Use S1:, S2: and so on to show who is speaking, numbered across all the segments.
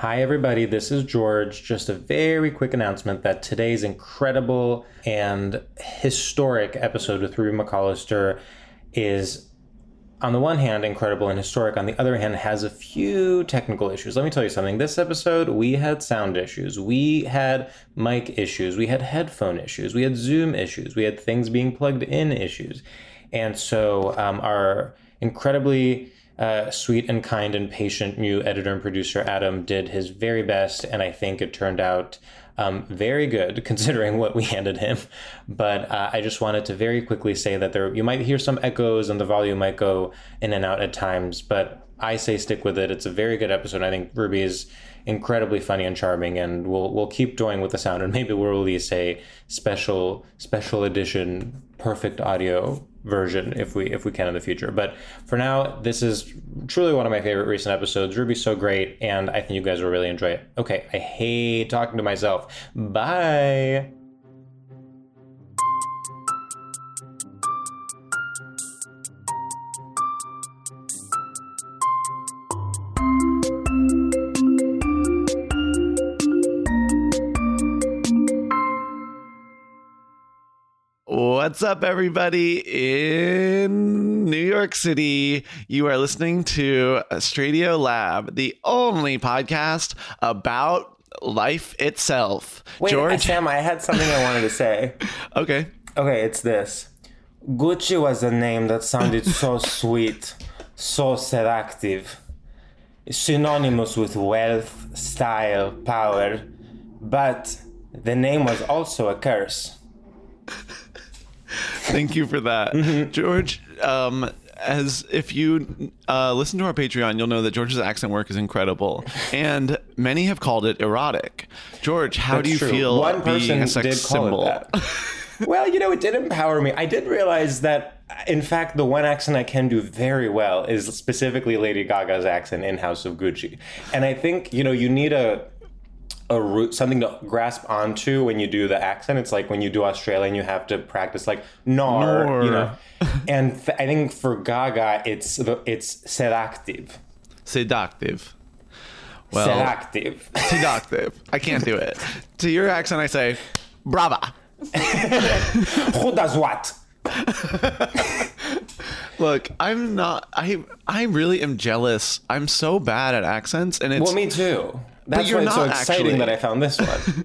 S1: Hi, everybody. This is George. Just a very quick announcement that today's incredible and historic episode with Ruby McAllister is, on the one hand, incredible and historic. On the other hand, has a few technical issues. Let me tell you something. This episode, we had sound issues, we had mic issues, we had headphone issues, we had Zoom issues, we had things being plugged in issues. And so, um, our incredibly uh, sweet and kind and patient new editor and producer Adam did his very best, and I think it turned out um, very good considering what we handed him. But uh, I just wanted to very quickly say that there you might hear some echoes and the volume might go in and out at times, but I say stick with it. It's a very good episode. I think Ruby is incredibly funny and charming, and we'll we'll keep doing with the sound, and maybe we'll release a special special edition perfect audio version if we if we can in the future. But for now, this is truly one of my favorite recent episodes. Ruby's so great, and I think you guys will really enjoy it. Okay, I hate talking to myself. Bye.
S2: What's up, everybody in New York City? You are listening to Stradio Lab, the only podcast about life itself.
S3: Wait, George, Sam, I had something I wanted to say.
S2: okay.
S3: Okay, it's this. Gucci was a name that sounded so sweet, so seductive, synonymous with wealth, style, power, but the name was also a curse.
S2: Thank you for that, mm-hmm. George. Um, as if you uh, listen to our Patreon, you'll know that George's accent work is incredible, and many have called it erotic. George, how That's do you true. feel One person a sex did symbol? call It
S3: that. well, you know, it did empower me. I did realize that. In fact, the one accent I can do very well is specifically Lady Gaga's accent in House of Gucci. And I think, you know, you need a a root something to grasp onto when you do the accent it's like when you do australian you have to practice like nar, Nor. you know and th- i think for gaga it's the, it's seductive
S2: seductive
S3: well seductive
S2: seductive i can't do it to your accent i say brava
S3: who does what
S2: Look, I'm not. I I really am jealous. I'm so bad at accents, and it's
S3: well, me too. That's but you're why it's not so exciting actually. that I found this one.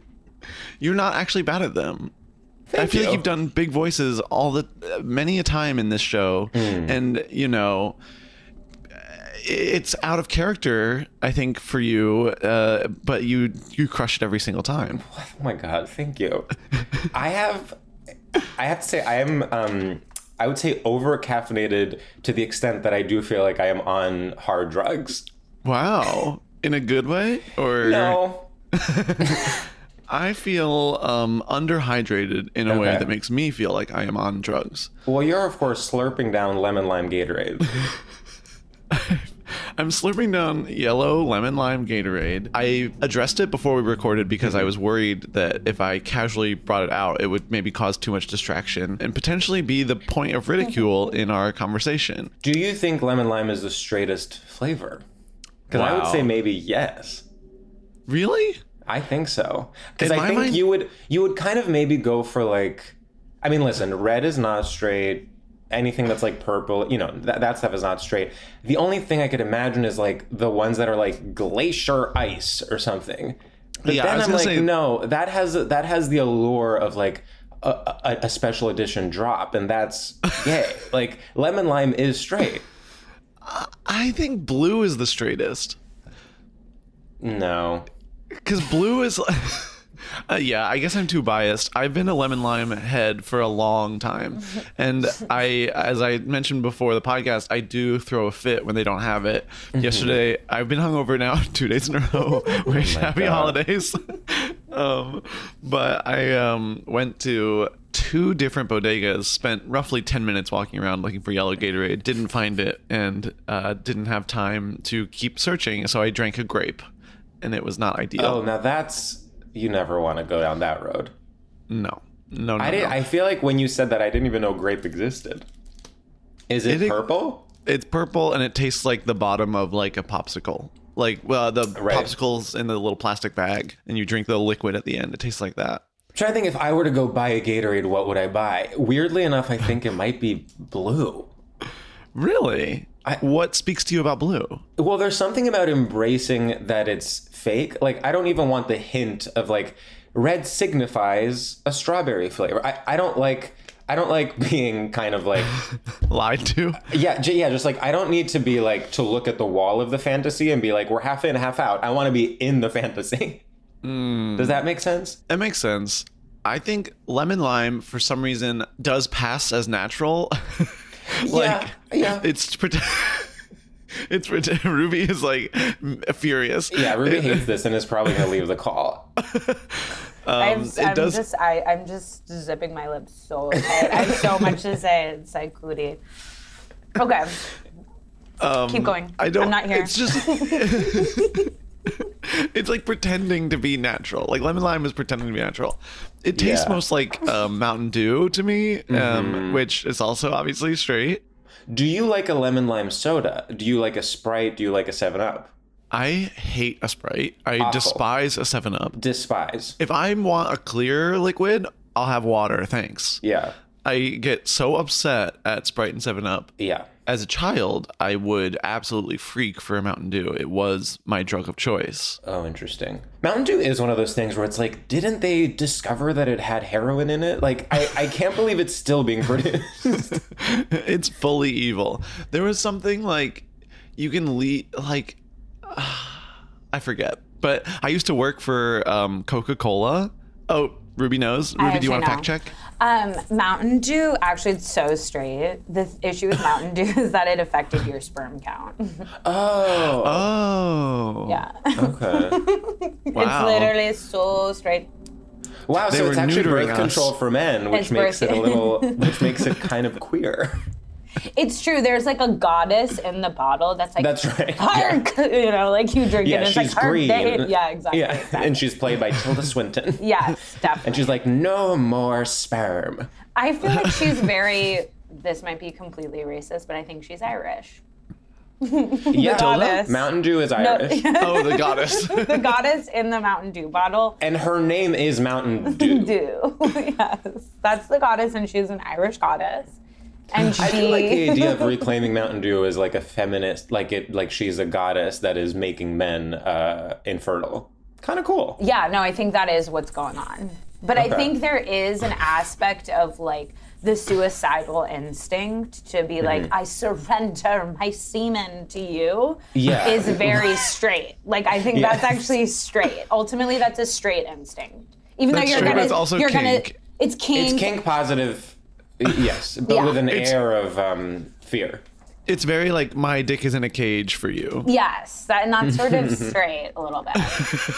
S2: you're not actually bad at them. Thank I feel you. like you've done big voices all the many a time in this show, mm. and you know, it's out of character, I think, for you. Uh, but you you crush it every single time.
S1: Oh my god, thank you. I have I have to say I am um I would say over caffeinated to the extent that I do feel like I am on hard drugs.
S2: Wow, in a good way, or
S1: No.
S2: I feel um, underhydrated in a way
S1: Okay.
S2: that makes me feel like I am on drugs.
S1: Well, you're of course slurping down lemon lime Gatorade.
S2: I'm slurping down yellow lemon lime Gatorade. I addressed it before we recorded because I was worried that if I casually brought it out, it would maybe cause too much distraction and potentially be the point of ridicule in our conversation.
S1: Do you think lemon lime is the straightest flavor? Because I would
S2: Wow.
S1: say maybe yes.
S2: Really?
S1: I think so. Because
S2: In
S1: I
S2: my
S1: think
S2: mind-
S1: you would you would kind of maybe go for like, I mean, listen, red is not straight. Anything that's like purple, you know, that, that stuff is not straight. The only thing I could imagine is like the ones that are like glacier ice or something. But
S2: Yeah, I
S1: then
S2: was
S1: I'm
S2: gonna
S1: like,
S2: say-
S1: no, that has that has the allure of like a, a, a special edition drop, and that's yay. like lemon lime is straight.
S2: I think blue is the straightest.
S1: No,
S2: Because blue is. Uh, yeah, I guess I'm too biased. I've been a lemon lime head for a long time, and I, as I mentioned before the podcast, I do throw a fit when they don't have it. Yesterday, I've been hungover now two days in a row. Wish happy holidays. um, but I um, went to two different bodegas, spent roughly ten minutes walking around looking for yellow Gatorade, didn't find it, and uh, didn't have time to keep searching, so I drank a grape. And it was not ideal.
S1: oh, now that's you never want to go down that road.
S2: No, no, no.
S1: I did.
S2: no.
S1: I feel like when you said that, I didn't even know grape existed. Is it,
S2: It-
S1: purple?
S2: It's purple and it tastes like the bottom of like a popsicle. Like well, the
S1: Right.
S2: popsicles in the little plastic bag, and you drink the liquid at the end. It tastes like that.
S1: I'm trying to think if I were to go buy a Gatorade, what would I buy? Weirdly enough, I think it might be blue.
S2: Really? what speaks to you about blue?
S1: Well, there's something about embracing that it's fake. Like I don't even want the hint of like red signifies a strawberry flavor. I, I don't like I don't like being kind of like
S2: Lied to?
S1: yeah j- yeah just like I don't need to be like to look at the wall of the fantasy and be like we're half in half out. I want to be in the fantasy. Does that make sense?
S2: That makes sense. I think lemon lime for some reason does pass as natural. like
S1: yeah.
S2: it's pretend. It's pret- Ruby is like furious.
S1: Yeah, Ruby hates this and is probably gonna leave the call.
S4: I'm, I'm
S2: does-
S4: just I, I'm just zipping my lips so I, I have so much to say. It's like cootie. Okay. Keep going.
S2: I don't.
S4: I'm not here.
S2: It's just. it's like pretending to be natural. Like lemon lime is pretending to be natural. It tastes
S1: Yeah. Mm-hmm.
S2: most like um, Mountain Dew to me, um, which is also obviously straight.
S1: Do you like a lemon lime soda? Do you like a Sprite? Do you like a Seven Up?
S2: I hate a Sprite. I despise a Seven Up.
S1: Despise.
S2: If I want a clear liquid, I'll have water. Thanks.
S1: Yeah,
S2: I get so upset at Sprite and Seven Up.
S1: yeah.
S2: As a child, I would absolutely freak for a Mountain Dew. It was my drug of choice.
S1: Oh, interesting. Mountain Dew is one of those things where it's like, didn't they discover that it had heroin in it? Like, I, I can't believe it's still being produced.
S2: it's fully evil. There was something like you can lead like I forget, but I used to work for um, Coca Cola. Oh, Ruby knows. Ruby, do you
S4: actually
S2: want to fact
S4: know.
S2: check?
S4: Um, Mountain Dew, actually, it's so straight. The issue with Mountain Dew is that it affected your sperm count.
S1: oh,
S2: Oh,
S4: Yeah.
S1: okay.
S2: wow.
S4: It's literally so straight.
S1: Wow,
S2: They
S1: so
S2: were
S1: it's actually
S2: neutering
S1: birth
S2: us.
S1: control for men, which
S4: It's
S1: makes
S4: birth-
S1: it a little, which makes it kind of queer.
S4: It's true. There's like a goddess in the bottle that's like,
S1: That's right.
S4: Hark! You know, like you drink
S1: Yeah,
S4: it and it's
S1: she's
S4: like, hark,
S1: green.
S4: babe. Yeah, exactly.
S1: Yeah, and she's played by Tilda Swinton.
S4: Yes, definitely.
S1: And she's like, no more sperm.
S4: I feel like she's very. This might be completely racist, but I think she's Irish.
S1: Yeah,
S4: goddess.
S1: Mountain Dew is Irish.
S2: Oh, the goddess.
S4: The goddess in the Mountain Dew bottle.
S1: and her name is Mountain Dew.
S4: Dew. yes, that's the goddess, and she's an Irish goddess. And she.
S1: I feel like the idea of reclaiming Mountain Dew is like a feminist, like it, like she's a goddess that is making men uh, infertile. Kind of cool.
S4: Yeah, no, I think that is what's going on. But I think there is an aspect of like
S1: the suicidal instinct to be like, I surrender my semen to you
S5: Yeah.
S1: is very straight. Like I think that's actually straight. Ultimately, that's a straight instinct. Even
S2: That's
S1: though you're
S2: straight, but
S1: gonna,
S2: it's also
S1: you're
S2: kink.
S1: gonna, it's kink.
S5: It's kink positive, yes, but
S1: Yeah.
S5: with an
S2: It's-
S5: air of um, fear.
S2: It's very like my dick is in a cage for you.
S1: Yes, that, and that's sort of straight a little bit.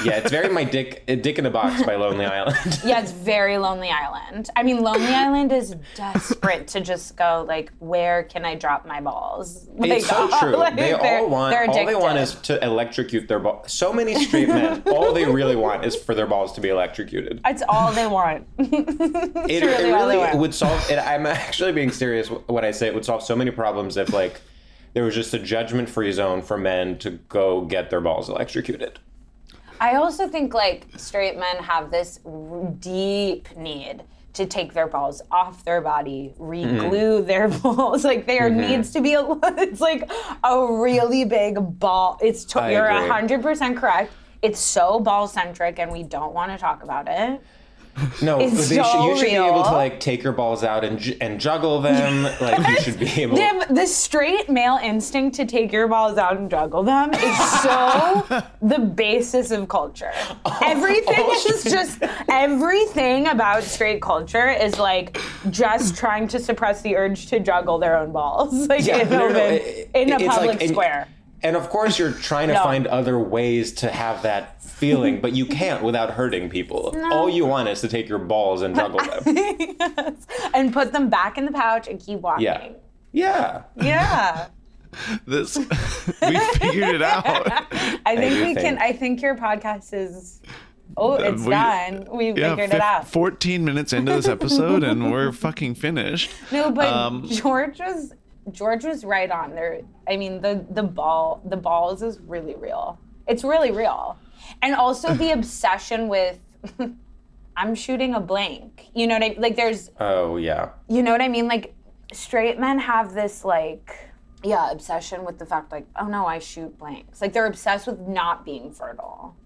S5: Yeah, it's very my dick, uh, dick in a box by Lonely Island.
S1: Yeah, it's very Lonely Island. I mean, Lonely Island is desperate to just go like, where can I drop my balls? Like,
S5: It's so true.
S1: like,
S5: they
S1: they're-
S5: all want.
S1: they're
S5: All they want is
S1: addicted.
S5: to electrocute their balls. So many straight men. all they really want is for their balls to be electrocuted.
S1: It's all they want.
S5: it,
S1: really
S5: it
S1: all they
S5: really
S1: want.
S5: would solve. It, I'm actually being serious when I say it would solve so many problems if like there was just a judgment-free zone for men to go get their balls electrocuted.
S1: I also think like straight men have this r- deep need to take their balls off their body, re-glue
S5: Mm-hmm.
S1: their balls. Like there needs to be a. It's like a really big ball. It's to,
S5: I
S1: you're
S5: agree.
S1: hundred percent correct. It's so ball centric, and we don't want to talk about it.
S5: No,
S1: It's
S5: they should,
S1: so
S5: you should be able to
S1: real.
S5: like take your balls out and ju- and juggle them. like you should be able.
S1: They have the straight male instinct to take your balls out and juggle them is so the basis of culture.
S5: Oh,
S1: Everything is just everything about straight culture is like just trying to suppress the urge to juggle their own balls, like
S5: Yeah,
S1: in,
S5: no,
S1: open,
S5: no, it-
S1: in a
S5: it's like-
S1: public
S5: and-
S1: square.
S5: And of course, you're trying to
S1: No.
S5: find other ways to have that feeling, but you can't without hurting people. All you want is to take your balls and juggle them.
S1: Yes. And put them back in the pouch and keep walking.
S5: Yeah. Yeah.
S1: Yeah.
S2: This we figured it out.
S1: I think
S5: do
S1: we can
S5: think-
S1: I think your podcast is oh, it's
S2: we-
S1: done. We figured
S2: fif-
S1: it out.
S2: 14 minutes into this episode and we're fucking finished.
S1: No, but
S2: Um,
S1: George was George was right on there. I mean, the the ball the balls is really real. It's really real, and also the obsession with. I'm shooting a blank. You know what I like. There's
S5: Oh yeah.
S1: you know what I mean? Like straight men have this like yeah, obsession with the fact like, oh no, I shoot blanks. Like they're obsessed with not being fertile.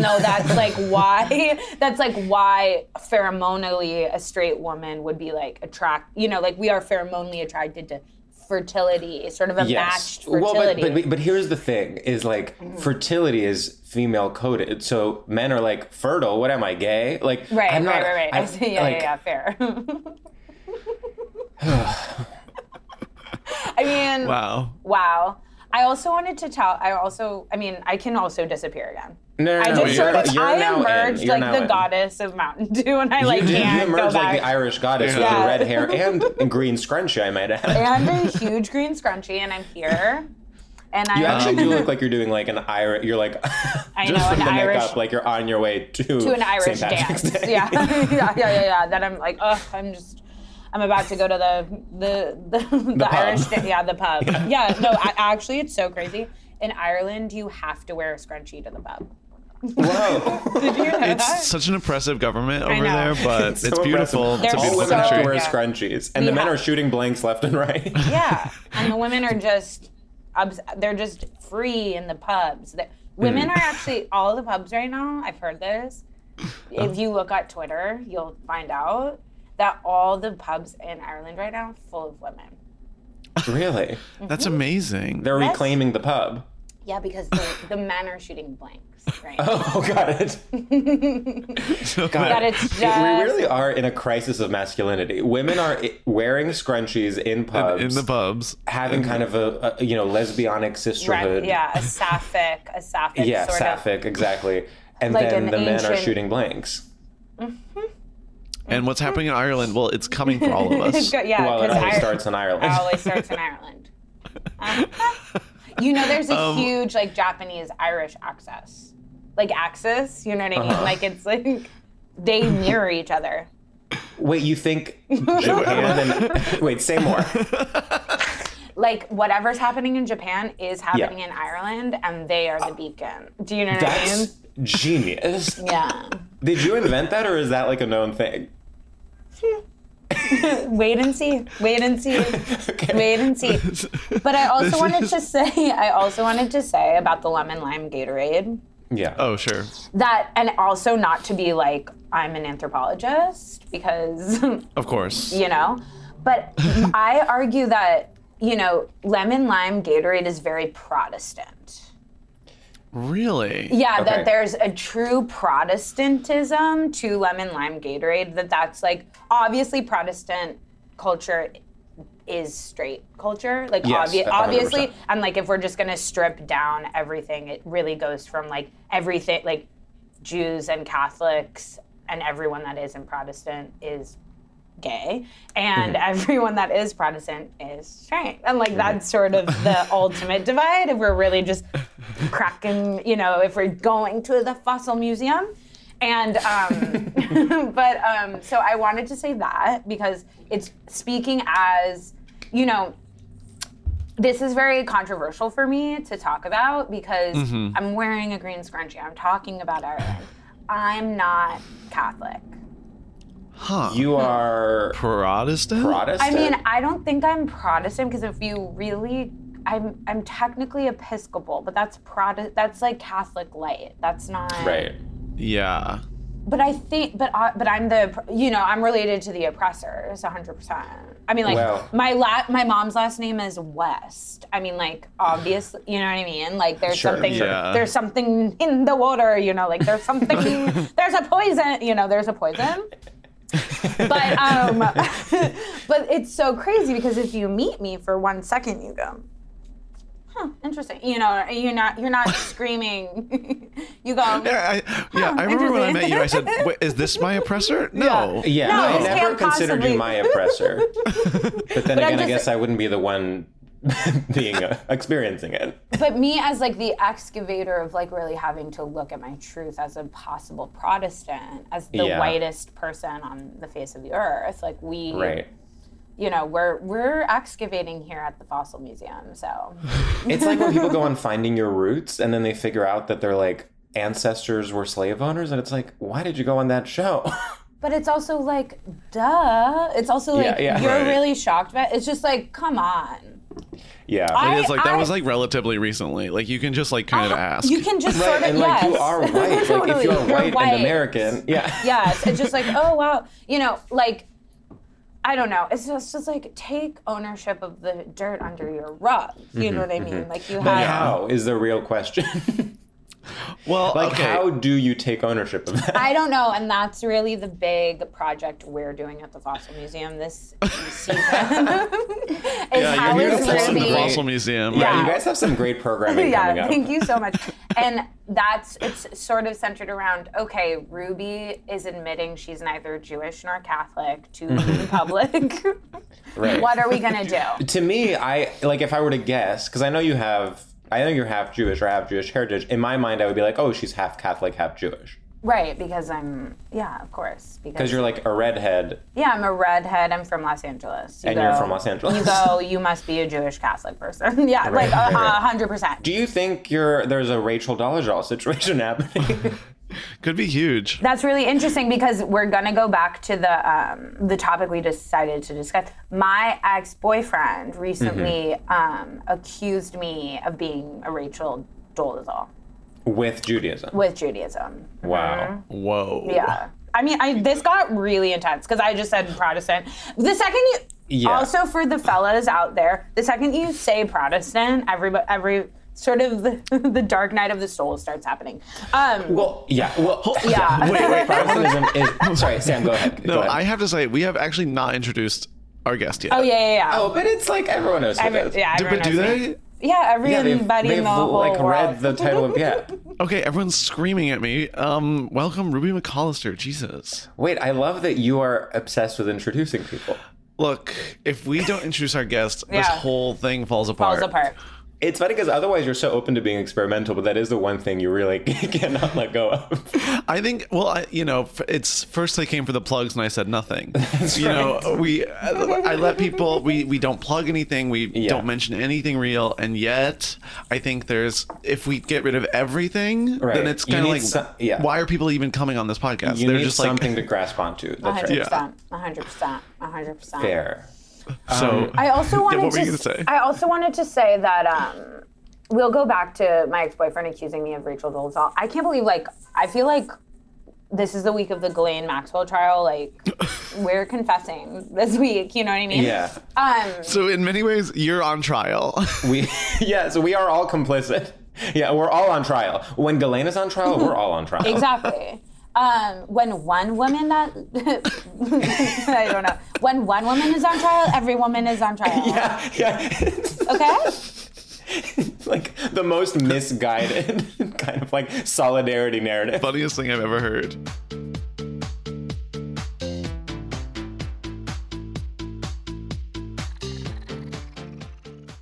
S1: though that's like why that's like why pheromonally a straight woman would be like attract you know, like we are pheromonally attracted to fertility, sort of a matched
S5: Well,
S1: fertility.
S5: but,
S1: Mm.
S5: but but here's the thing: is like fertility is female coded, so men are like fertile. What am I gay? Like
S1: right,
S5: I'm not,
S1: right, right, right,
S5: I-
S1: yeah,
S5: like,
S1: yeah, yeah, fair. I mean
S2: Wow.
S1: Wow. I also wanted to tell. I also, I mean, I can also disappear again.
S5: No, no,
S1: I
S5: no,
S1: just
S5: you're,
S1: sort of,
S5: you're now
S1: I
S5: in.
S1: emerged
S5: You're
S1: like
S5: now
S1: the
S5: in.
S1: goddess of Mountain Dew, and I
S5: You,
S1: like
S5: did- you
S1: can't go
S5: emerged like
S1: back.
S5: the Irish goddess with
S1: Yeah.
S5: the red hair and, and green scrunchie, I might add.
S1: and a huge green scrunchie, and I'm here. And I
S5: You actually do look like you're doing like an Irish. You're like just from
S1: know, an
S5: the neck
S1: Irish-
S5: up, like you're on your way to
S1: to an Irish
S5: St. Patrick's
S1: dance.
S5: Day.
S1: Yeah. yeah, yeah, yeah, yeah. That I'm like, ugh, I'm just, I'm about to go to the the the, the,
S5: pub.
S1: Irish, da- yeah, the pub. Yeah, no, I, actually, it's so crazy. In Ireland, you have to wear a scrunchie to the pub.
S5: Whoa.
S1: Did you know that?
S2: It's such an oppressive government over
S1: know.
S2: there, but it's,
S5: So impressive.
S2: beautiful. It's a
S1: They're
S5: All
S2: beautiful
S5: women have to
S2: country.
S5: wear
S1: Yeah.
S5: scrunchies, and the
S1: Yeah.
S5: men are shooting blanks left and right.
S1: Yeah, and the women are just obs- they're just free in the pubs. The- women
S5: Hmm.
S1: are actually all the pubs right now. I've heard this.
S5: Oh.
S1: If you look at Twitter, you'll find out that all the pubs in Ireland right now are full of women.
S5: really?
S2: That's amazing.
S5: They're reclaiming the pub.
S1: Yeah, because the, the men are shooting blanks, right?
S5: Oh, got it.
S1: That it's
S5: We
S1: just-
S5: really are in a crisis of masculinity. Women are i- wearing scrunchies in pubs,
S2: In the pubs.
S5: having kind of a, a you know lesbianic sisterhood.
S1: Right, yeah, a sapphic, a sapphic
S5: yeah,
S1: sort of.
S5: sapphic, exactly. And
S1: Like
S5: then
S1: an
S5: the men are
S1: ancient-
S5: shooting blanks.
S2: And what's happening in Ireland? Well, it's coming for all of us.
S1: Go- Yeah,
S5: well, it
S1: because
S5: only
S1: Ire-
S5: starts in Ireland.
S1: It always starts in Ireland. Uh-huh. you know, there's a
S5: Um,
S1: huge like Japanese Irish access, like access. You know what I mean?
S5: Uh-huh.
S1: Like it's like they mirror each other.
S5: Wait, you think Japan and wait, say more.
S1: Like whatever's happening in Japan is happening
S5: Yeah.
S1: in Ireland, and they are the beacon. Do you know what I mean?
S5: That's genius.
S1: Yeah.
S5: Did you invent that, or is that like a known thing?
S1: Wait and see. Wait and see. Wait and see. But I also wanted to say, I also wanted to say about the lemon lime Gatorade.
S5: Yeah.
S2: Oh, sure.
S1: That, and also not to be like, I'm an anthropologist because,
S2: Of course.
S1: you know, but I argue that, you know, lemon lime Gatorade is very Protestant.
S2: Really?
S1: Yeah,
S5: Okay.
S1: that there's a true Protestantism to lemon lime Gatorade. That that's like obviously Protestant culture is straight culture. Like
S5: Yes,
S1: obvi-
S5: 100%.
S1: obviously, and like if we're just gonna strip down everything, it really goes from like everything like Jews and Catholics and everyone that isn't Protestant is gay and everyone that is protestant is straight and like that's sort of the ultimate divide if we're really just cracking you know if we're going to the fossil museum and um but um so i wanted to say that because it's speaking as you know this is very controversial for me to talk about because i'm wearing a green scrunchie i'm talking about ireland i'm not catholic
S5: You are
S2: Protestant?
S5: Protestant.
S1: I mean, I don't think I'm Protestant because if you really, I'm I'm technically Episcopal, but that's Protestant. That's like Catholic light. That's not
S5: right.
S2: yeah.
S1: But I think, but I but I'm the you know I'm related to the oppressors 100. percent I mean, like
S5: Wow.
S1: my la- my mom's last name is West. I mean, like obviously, you know what I mean. Like there's
S5: Sure,
S1: something
S2: yeah.
S1: there's something in the water. You know, like there's something there's a poison. You know, there's a poison. but um, but it's so crazy because if you meet me for one second, you go, huh, interesting. You know, you're not you're not screaming. you go.
S2: Yeah, I, yeah, I remember when I met you, I said,
S1: interesting.
S2: Wait, is this my oppressor? No.
S5: Yeah,
S1: No,
S5: I
S1: this
S5: never
S1: can't
S5: considered you
S1: possibly-
S5: my oppressor. but then again, I
S1: just-
S5: guess I wouldn't be the one being uh, experiencing it.
S1: But me as like the excavator of like really having to look at my truth as a possible Protestant, as the
S5: Yeah.
S1: whitest person on the face of the earth. Like we,
S5: Right.
S1: you know, we're we're excavating here at the fossil museum. So
S5: It's like when people go on finding your roots and then they figure out that their like ancestors were slave owners, and it's like, why did you go on that show?
S1: But it's also like, duh. It's also like
S5: yeah,
S1: you're
S5: right.
S1: really shocked by it. It's just like, come on.
S5: yeah.
S1: I-
S2: It's like that
S1: I- Uh-huh.
S2: was like relatively recently. Like you can just like kind of ask.
S1: You can just
S5: right.
S1: sort of
S5: And
S1: yes.
S5: like you are white. Like if
S1: Totally.
S5: you're white,
S1: white.
S5: and American, yeah.
S1: Yes. It's just like, oh wow. You know, like I don't know. It's just, just like take ownership of the dirt under your rug. You
S5: Mm-hmm,
S1: know what I mean? Like you have
S5: How is the real question?
S2: well,
S5: like,
S2: okay.
S5: how do you take ownership of that?
S1: I don't know, and that's really the big project we're doing at the Fossil Museum this season. is how
S5: you're here
S2: you're
S1: is
S5: to
S2: the
S5: really-
S2: the
S5: Great.
S1: Ruby-
S2: fossil museum.
S1: Yeah.
S2: Right?
S5: You guys have some great programming coming
S1: yeah,
S5: up.
S1: thank you so much. and that's it's sort of centered around okay, Ruby is admitting she's neither Jewish nor Catholic to the public.
S5: Mm-hmm. Right.
S1: what are we gonna do?
S5: to me, I like if I were to guess, because I know you have, I know you're half Jewish or half Jewish heritage. In my mind, I would be like, oh, she's half Catholic, half Jewish,
S1: Right, because I'm yeah, of course. Because
S5: because you're like a redhead
S1: yeah, I'm a redhead. I'm from Los Angeles. You
S5: and you're
S1: go-
S5: from Los Angeles.
S1: You go. You must be a Jewish Catholic person. yeah, like
S5: Right, right,
S1: a
S5: right.
S1: hundred percent.
S5: Do you think you're there's a Rachel Dolezal situation happening?
S2: Could be huge.
S1: That's really interesting because we're gonna go back to the um, the topic we decided to discuss. My ex boyfriend recently
S5: Mm-hmm.
S1: um, accused me of being a Rachel Dolezal
S5: With Judaism.
S1: with Judaism.
S5: Wow.
S2: Whoa.
S1: Yeah. I mean, I, this got really intense because I just said Protestant. The second you,
S5: Yeah.
S1: also for the fellas out there, the second you say Protestant, every every sort of the, the dark night of the soul starts happening. Um,
S5: Well, yeah. Well,
S1: yeah.
S2: Wait, wait.
S5: Protestantism is. Sorry, Sam, go ahead.
S2: No,
S5: go ahead.
S2: I have to say, we have actually not introduced our guest yet.
S1: Oh yeah, yeah, yeah.
S5: Oh, but it's like everyone knows who it
S1: Every-
S5: is.
S1: yeah,
S2: Do-
S1: everyone
S2: but do
S1: knows me.
S2: they?
S1: Yeah,
S5: Yeah,
S1: everybody
S5: they've,
S1: in
S5: they've
S1: the whole
S5: like read
S1: world.
S5: the title of yeah.
S2: Okay, everyone's screaming at me. Um, welcome Ruby McAllister. Jesus.
S5: Wait, I love that you are obsessed with introducing people.
S2: Look, if we don't introduce our guest, this
S1: Yeah.
S2: whole thing falls apart.
S1: falls apart.
S5: It's funny because otherwise you're so open to being experimental, but that is the one thing you really cannot let go of.
S2: I think. Well, I, you know, f- it's first they came for the plugs, and I said nothing. you know, we I let people. We we don't plug anything. We don't mention anything real, and yet I think there's if we get rid of everything,
S5: Right.
S2: then it's
S5: You
S2: kind of
S5: need
S2: like
S5: some- yeah.
S2: why are people even coming on this podcast?
S5: You
S2: They're
S5: need
S2: just
S5: something
S2: like
S5: to grasp onto. That's right.
S1: 100%. 100%. 100%.
S5: Fair.
S2: so.
S1: I also wanted
S2: what were
S1: to.
S2: you
S1: s-
S2: gonna say?
S1: I also wanted to say that um, we'll go back to my ex-boyfriend accusing me of Rachel Dolezal. I can't believe like I feel like this is the week of the Ghislaine Maxwell trial. Like we're confessing this week. You know what I mean?
S5: Yeah.
S1: Um.
S2: So in many ways, you're on trial.
S5: We yeah, so we are all complicit. Yeah, we're all on trial. When Galen is on trial, we're all on trial.
S1: Exactly. Um, when one woman that I don't know, when one woman is on trial, every woman is on trial.
S5: Yeah, yeah.
S1: Okay.
S5: like the most misguided kind of like solidarity narrative.
S2: Funniest thing I've ever heard.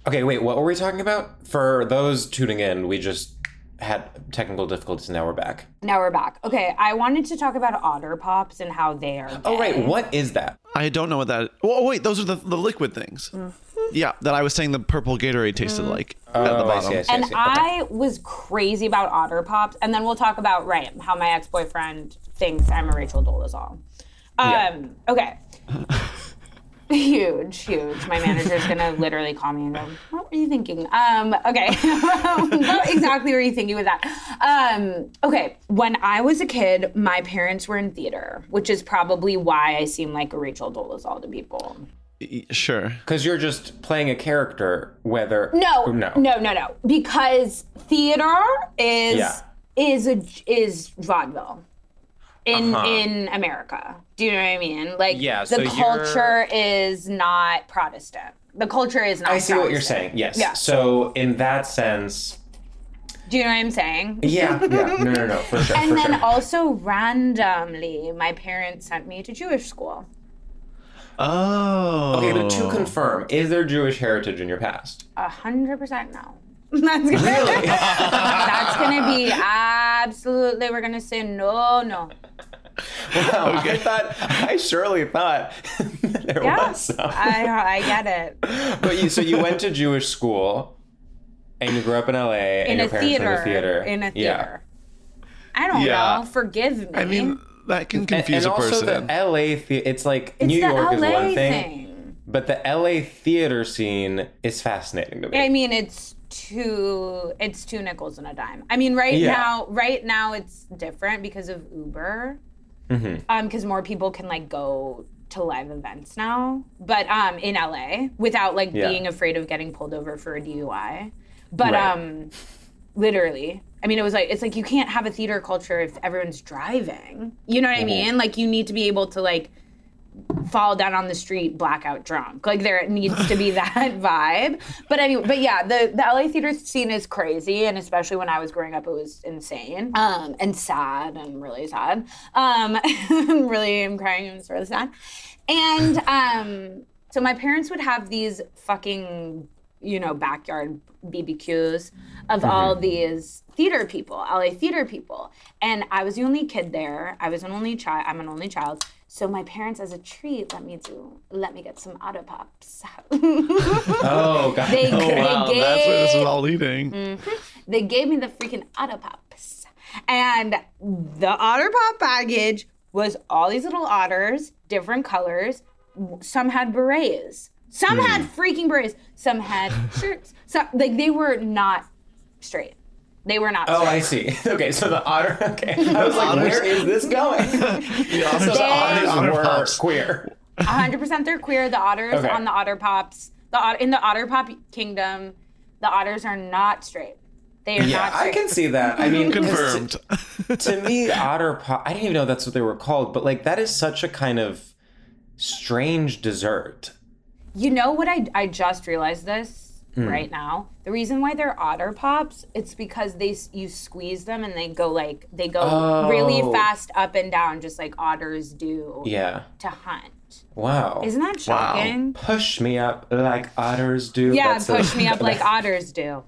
S5: Okay, wait, what were we talking about? For those tuning in, we just had technical difficulties and now we're back.
S1: Now we're back. Okay, I wanted to talk about otter pops and how they are.
S5: Oh right, what is that?
S2: I don't know what that. Oh wait, those are the, the liquid things. Yeah, that I was saying the purple Gatorade tasted like at the
S5: Oh, I
S2: bottom.
S5: see, I see, I
S1: And
S5: see.
S1: I was crazy about otter pops, and then we'll talk about right how my ex boyfriend thinks I'm a Rachel Dolezal. Um, Okay. huge, huge. My manager's gonna literally call me and go, "What were you thinking?" Um, okay, what exactly were you thinking with that? Um, okay, when I was a kid, my parents were in theater, which is probably why I seem like a Rachel Dolezal to people.
S2: E- Sure.
S5: Because you're just playing a character, whether
S1: No,
S5: Oh, no,
S1: no, no, no. Because theater is
S5: Yeah.
S1: is a is vaudeville in in America. Do you know what I mean? Like
S5: Uh-huh. Yeah,
S1: the
S5: so you're-
S1: culture is not Protestant. The culture is not.
S5: I see what you're
S1: Protestant.
S5: saying. Yes.
S1: Yeah.
S5: So in that sense,
S1: Do you know what I'm saying?
S5: yeah, yeah, no, no, no, for sure,
S1: And
S5: for
S1: then
S5: sure.
S1: also randomly, my parents sent me to Jewish school.
S2: Oh.
S5: okay, but to confirm, is there Jewish heritage in your past?
S1: A hundred percent no. That's gonna, that's gonna be absolutely. We're gonna say no, no.
S5: Wow, Uh, I thought, I surely thought there
S1: Yeah,
S5: was some.
S1: I, I get it.
S5: But you, so you went to Jewish school, and you grew up in LA, and
S1: in
S5: your
S1: a
S5: parents
S1: theater,
S5: were in the theater.
S1: In a
S5: Yeah.
S1: theater. I don't
S2: Yeah.
S1: know. Forgive me.
S2: I mean, that can
S5: And,
S2: confuse
S5: and
S2: a
S5: also
S2: person.
S5: the LA, the- it's like
S1: it's
S5: New
S1: the
S5: York
S1: LA
S5: is one thing,
S1: thing.
S5: but the LA theater scene is fascinating to me.
S1: I mean, it's two. It's two nickels and a dime. I mean, right
S5: Yeah.
S1: now, right now, it's different because of Uber.
S5: Mm-hmm.
S1: Um, because more people can like go to live events now, but um, in LA without like
S5: Yeah.
S1: being afraid of getting pulled over for a DUI. But
S5: Right.
S1: um, literally. I mean, it was like it's like you can't have a theater culture if everyone's driving. You know what I mean? Like you need to be able to like fall down on the street blackout drunk. Like there needs to be that vibe. But anyway, but yeah, the the LA theater scene is crazy, and especially when I was growing up, it was insane um, and sad and really sad. Um, I'm really, I'm crying. I'm just really sad. And um, so my parents would have these fucking you know backyard BBQs of
S2: Mm-hmm.
S1: all these theater people, LA theater people. And I was the only kid there. I was an only child. I'm an only child. So my parents, as a treat, let me do, let me get some otter pops.
S5: oh god,
S1: they,
S5: Oh,
S1: they
S2: wow,
S1: gave,
S2: that's where this is all leading.
S1: Mm. they gave me the freaking otter pops, and the otter pop package was all these little otters, different colors. Some had berets. Some had
S5: Hmm.
S1: freaking berets. Some had shirts. So like they were not straight. They were not.
S5: Oh,
S1: straight.
S5: I see. Okay, so the otter. Okay, I was like,
S2: Otters.
S5: where is this going? so the
S1: They-
S5: otters
S2: Otter
S5: were
S2: pups.
S5: queer.
S1: hundred percent they're queer. The otters
S5: Okay.
S1: on the otter pops, the ot- in the otter pop kingdom, the otters are not straight. They are
S5: Yeah,
S1: not
S5: I
S1: straight.
S5: can see that. I mean, 'cause to-
S2: Confirmed.
S5: to me, otter pop. I didn't even know that's what they were called, but like that is such a kind of strange dessert.
S1: You know what? I I just realized this
S5: Hmm.
S1: right now. The reason why they're otter pops, it's because they s- you squeeze them and they go like they go really
S5: Oh.
S1: fast up and down, just like otters do
S5: Yeah.
S1: to hunt.
S5: Wow.
S1: Isn't that shocking?
S5: push me up like otters do?
S1: Yeah,
S5: That's a-
S1: push me up like otters do.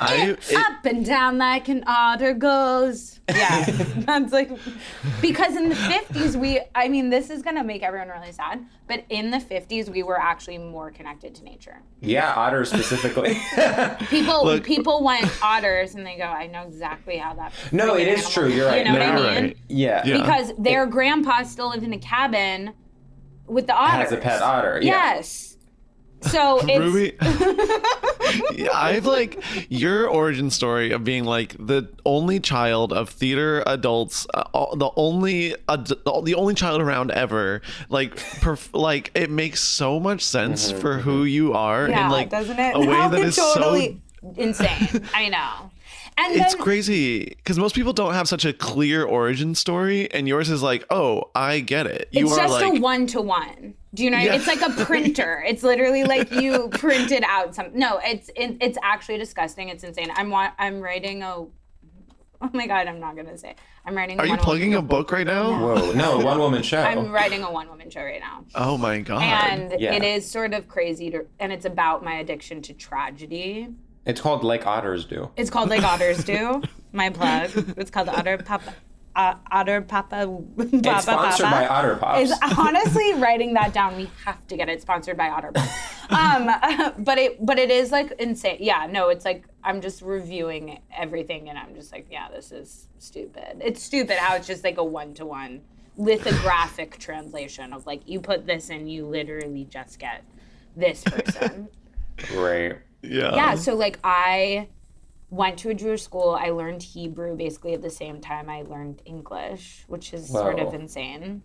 S2: I, it-
S1: up and down like an otter goes. Yeah, that's like because in the fifties we. I mean, this is gonna make everyone really sad, but in the fifties we were actually more connected to nature.
S5: yeah, otters specifically.
S1: People people went otters and they go, I know exactly how that.
S5: No, it is
S1: freaking animal-"
S5: true. You're right.
S1: You
S5: No,
S1: know what
S2: you're
S1: I mean?
S2: right.
S5: yeah.
S2: Yeah.
S1: Because their grandpa still lived in a cabin with the otters.
S5: Has a pet otter. Yeah.
S1: Yes. So it's
S2: Ruby, Yeah, I've like your origin story of being like the only child of theater adults, uh, all- the only ad- the only child around ever. Like, perf- like it makes so much sense for who you are,
S1: yeah,
S2: in like
S1: doesn't it?
S2: a way
S1: How
S2: that
S1: could
S2: is so.
S1: totally insane. I know. And
S2: It's
S1: then,
S2: crazy because most people don't have such a clear origin story, and yours is like, oh, I get it. You
S1: it's
S2: are
S1: just
S2: like,
S1: a one to one. Do you know? what I
S2: Yeah.
S1: mean? It's like a printer. it's literally like you printed out something. No, it's it, it's actually disgusting. It's insane. I'm wa- I'm writing a. Oh my god, I'm not gonna say. it. I'm writing.
S2: Are you
S1: one-woman-
S2: plugging a book right now?
S5: Whoa, no, one woman show.
S1: I'm writing a one woman show right now.
S2: Oh my god!
S1: And
S5: Yeah.
S1: it is sort of crazy to, and it's about my addiction to tragedy.
S5: it's called Like Otters Do.
S1: It's called like otters do. My plug. It's called Otter Papa. Uh, otter Papa. Papa
S5: It's sponsored
S1: Papa.
S5: by Otter Pops.
S1: Is honestly writing that down. We have to get it sponsored by Otter Pop. Um, but it but it is like insane. Yeah, no, it's like I'm just reviewing everything, and I'm just like, yeah, this is stupid. It's stupid how it's just like a one to one lithographic translation of like you put this and you literally just get this person.
S5: Great.
S2: yeah.
S1: Yeah, so like I went to a Jewish school. I learned Hebrew basically at the same time I learned English, which is sort of
S5: Wow.
S1: insane.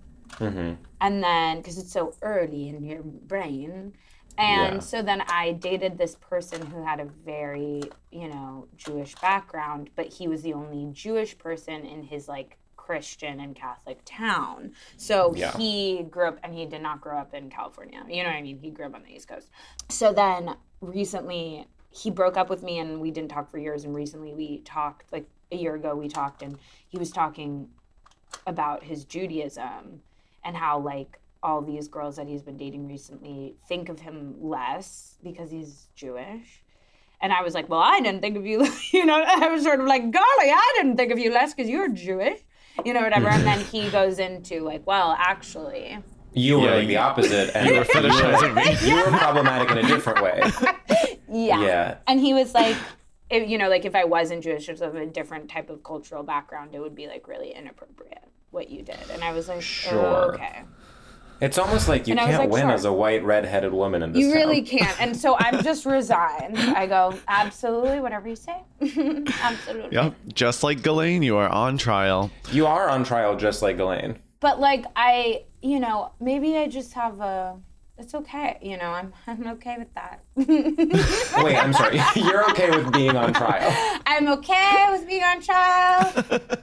S1: And then because it's so early in your brain. And
S5: Yeah.
S1: so then I dated this person who had a very, you know, Jewish background, but he was the only Jewish person in his like Christian and Catholic town. So
S5: Yeah.
S1: he grew up and he did not grow up in California. You know what I mean? He grew up on the East Coast. So then recently he broke up with me and we didn't talk for years. And recently we talked, like a year ago, we talked and he was talking about his Judaism and how like all these girls that he's been dating recently think of him less because he's Jewish. And I was like, well, I didn't think of you, you know, I was sort of like, golly, I didn't think of you less because you're Jewish, you know, whatever. and then he goes into like, well, actually,
S5: You were
S2: Yeah,
S5: like the
S2: you-
S5: opposite. And
S2: you were fetishizing me.
S5: You were problematic in a different way.
S1: yeah.
S5: Yeah.
S1: And he was like, if, you know, like if I wasn't Jewish or of a different type of cultural background, it would be like really inappropriate what you did. And I was like, oh,
S5: Sure.
S1: okay.
S5: It's almost like you
S1: And I was
S5: can't
S1: like,
S5: win
S1: sure.
S5: as a white redheaded woman in this
S1: You really
S5: town.
S1: can't. And so I'm just resigned. I go, absolutely, whatever you say. absolutely.
S2: Yep, just like Galen, you are on trial.
S5: You are on trial just like Elaine.
S1: But like I, you know, maybe I just have a it's okay, you know, I'm I'm okay with that.
S5: Wait, I'm sorry. You're okay with being on trial.
S1: I'm okay with being on trial.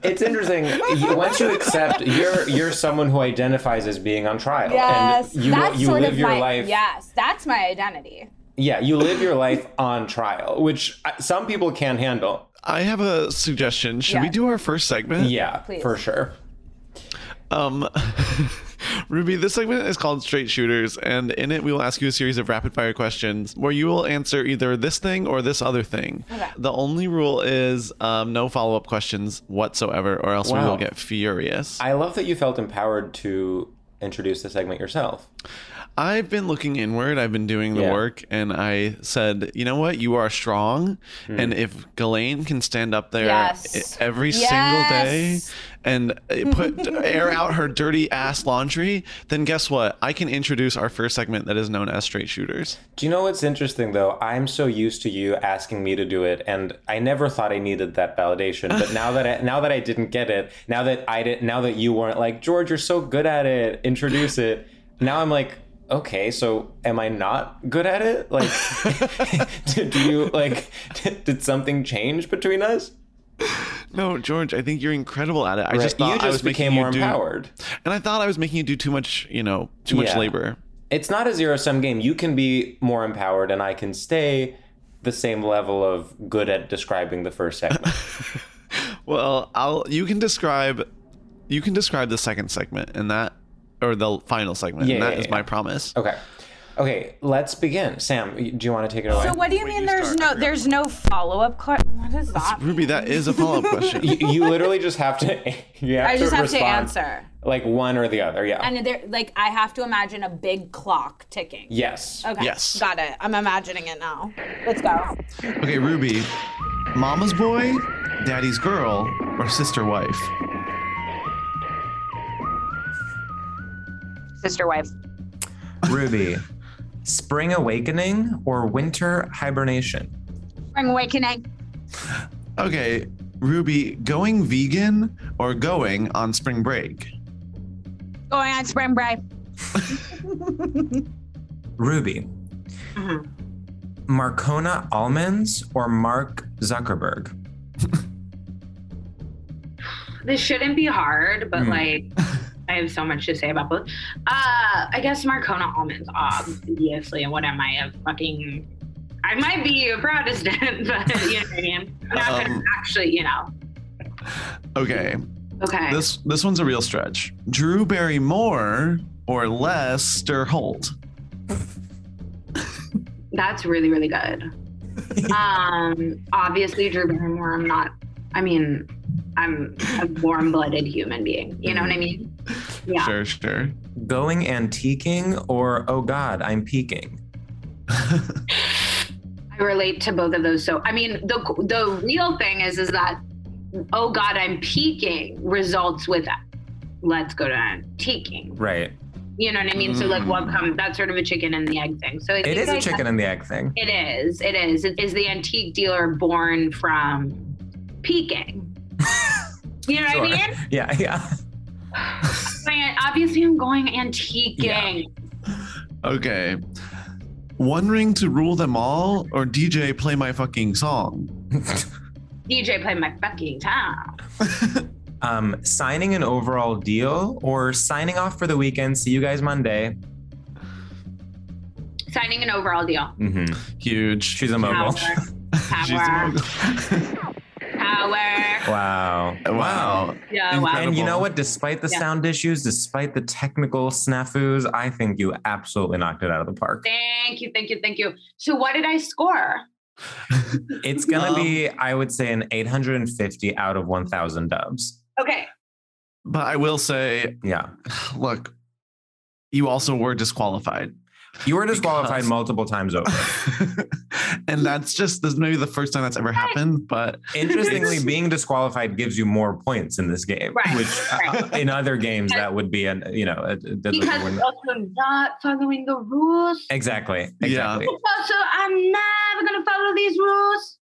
S5: It's interesting. You, once you accept, you're you're someone who identifies as being on trial,
S1: Yes.
S5: and you
S1: that's
S5: you
S1: sort
S5: live
S1: of
S5: your
S1: my
S5: life.
S1: Yes, that's my identity.
S5: yeah, you live your life on trial, which uh, some people can't handle.
S2: I have a suggestion. Should we
S1: Yeah.
S2: do our first segment?
S5: Yeah, for sure.
S2: Um, Ruby, this segment is called Straight Shooters, and in it we will ask you a series of rapid fire questions where you will answer either this thing or this other thing. The only rule is um, no follow up questions whatsoever, or else we
S5: Wow.
S2: will get furious.
S5: I love that you felt empowered to introduce the segment yourself.
S2: I've been looking inward. I've been doing the
S5: Yeah.
S2: work, and I said, you know what? You are strong,
S5: Hmm.
S2: and if Ghislaine can stand up there
S1: Yes.
S2: e- every single
S1: Yes.
S2: day and uh, put air out her dirty ass laundry, then guess what? I can introduce our first segment that is known as Straight Shooters.
S5: Do you know what's interesting though? I'm so used to you asking me to do it, and I never thought I needed that validation. But now that I, now that I didn't get it, now that I didn't, now that you weren't like George, you're so good at it. Introduce it. Now I'm like, okay, so am I not good at it? Like, do you like? Did something change between us?
S2: No, George, I think you're incredible at it. I just
S5: Right?
S2: thought
S5: you
S2: I
S5: just
S2: was
S5: became
S2: making
S5: more
S2: you do,
S5: empowered.
S2: and I thought I was making you do too much, you know, too much
S5: Yeah.
S2: labor.
S5: It's not a zero sum game. You can be more empowered, and I can stay the same level of good at describing the first segment.
S2: Well, I'll you can describe you can describe the second segment and that or the final segment.
S5: Yeah,
S2: and that is
S5: yeah, Oh. yeah.
S2: my promise.
S5: Okay. Okay, let's begin. Sam, y- do you want to take it away?
S1: So what do you mean there's no there's no follow up question? What is that?
S2: Ruby, that is a follow-up question.
S5: you, you literally just have to. You have
S1: I just
S5: to
S1: have to
S5: respond,
S1: answer.
S5: Like one or the other, yeah.
S1: And there like I have to imagine a big clock ticking.
S5: yes.
S1: Okay.
S2: Yes.
S1: Got it. I'm imagining it now. Let's go.
S2: okay, Ruby. Mama's boy, daddy's girl, or sister wife?
S1: Sister wife.
S5: Ruby, Spring Awakening or Winter Hibernation?
S6: Spring Awakening.
S2: Okay, Ruby, going vegan or going on spring break?
S6: Going on spring break.
S5: Ruby,
S1: Mm-hmm.
S5: Marcona Almonds or Mark Zuckerberg?
S1: This shouldn't be hard, but
S5: Hmm.
S1: like I have so much to say about both. Uh, I guess Marcona almonds, obviously. And what am I? A fucking. I might be a Protestant, but you know what I mean. I'm not gonna
S2: Um.
S1: actually, you know.
S2: Okay,
S1: Okay.
S2: this this one's a real stretch. Drew Barrymore or Lester Holt?
S1: That's really, really good. um, obviously, Drew Barrymore. I'm not. I mean, I'm a warm-blooded human being. You know what I mean? Yeah.
S2: Sure, sure.
S5: Going antiquing or oh god, I'm peeking.
S1: I relate to both of those. So, I mean, the the real thing is, is that oh god, I'm peaking results with let's go to antiquing.
S5: Right.
S1: You know what I mean? So, like, what comes? That's sort of a chicken and the egg thing. So, I
S5: Hmm. It
S1: think
S5: is a
S1: I-
S5: chicken and the egg thing.
S1: It is. It is. It is the antique dealer born from peaking? you know what I mean?
S5: Yeah, yeah.
S1: Man, obviously, I'm going antiquing.
S2: Okay. One ring to rule them all or DJ play my fucking song?
S1: DJ, play my fucking time.
S5: Um, signing an overall deal or signing off for the weekend. See you guys Monday.
S1: Signing an overall deal.
S5: Mm-hmm.
S2: Huge.
S5: She's a mogul.
S1: Power. Power.
S5: Wow. Wow.
S1: Yeah, wow.
S5: And you know what? Despite the
S1: Yeah.
S5: sound issues, despite the technical snafus, I think you absolutely knocked it out of the park.
S1: Thank you, thank you, thank you. So, what did I score?
S5: It's going to be, I would say, an 850 out of 1,000 dubs.
S1: Okay,
S2: But I will say,
S5: Yeah.
S2: look, you also were disqualified.
S5: You were disqualified
S2: Because-
S5: multiple times over.
S2: And that's just this is maybe the first time that's ever happened, but
S5: Interestingly, being disqualified gives you more points in this game,
S1: Right,
S5: which uh, in other games that would be an, you know, a, a-
S1: because
S5: wouldn't-
S1: it's also not following the rules.
S5: exactly.
S2: Yeah.
S5: Exactly.
S1: It's also, I'm never gonna follow these rules.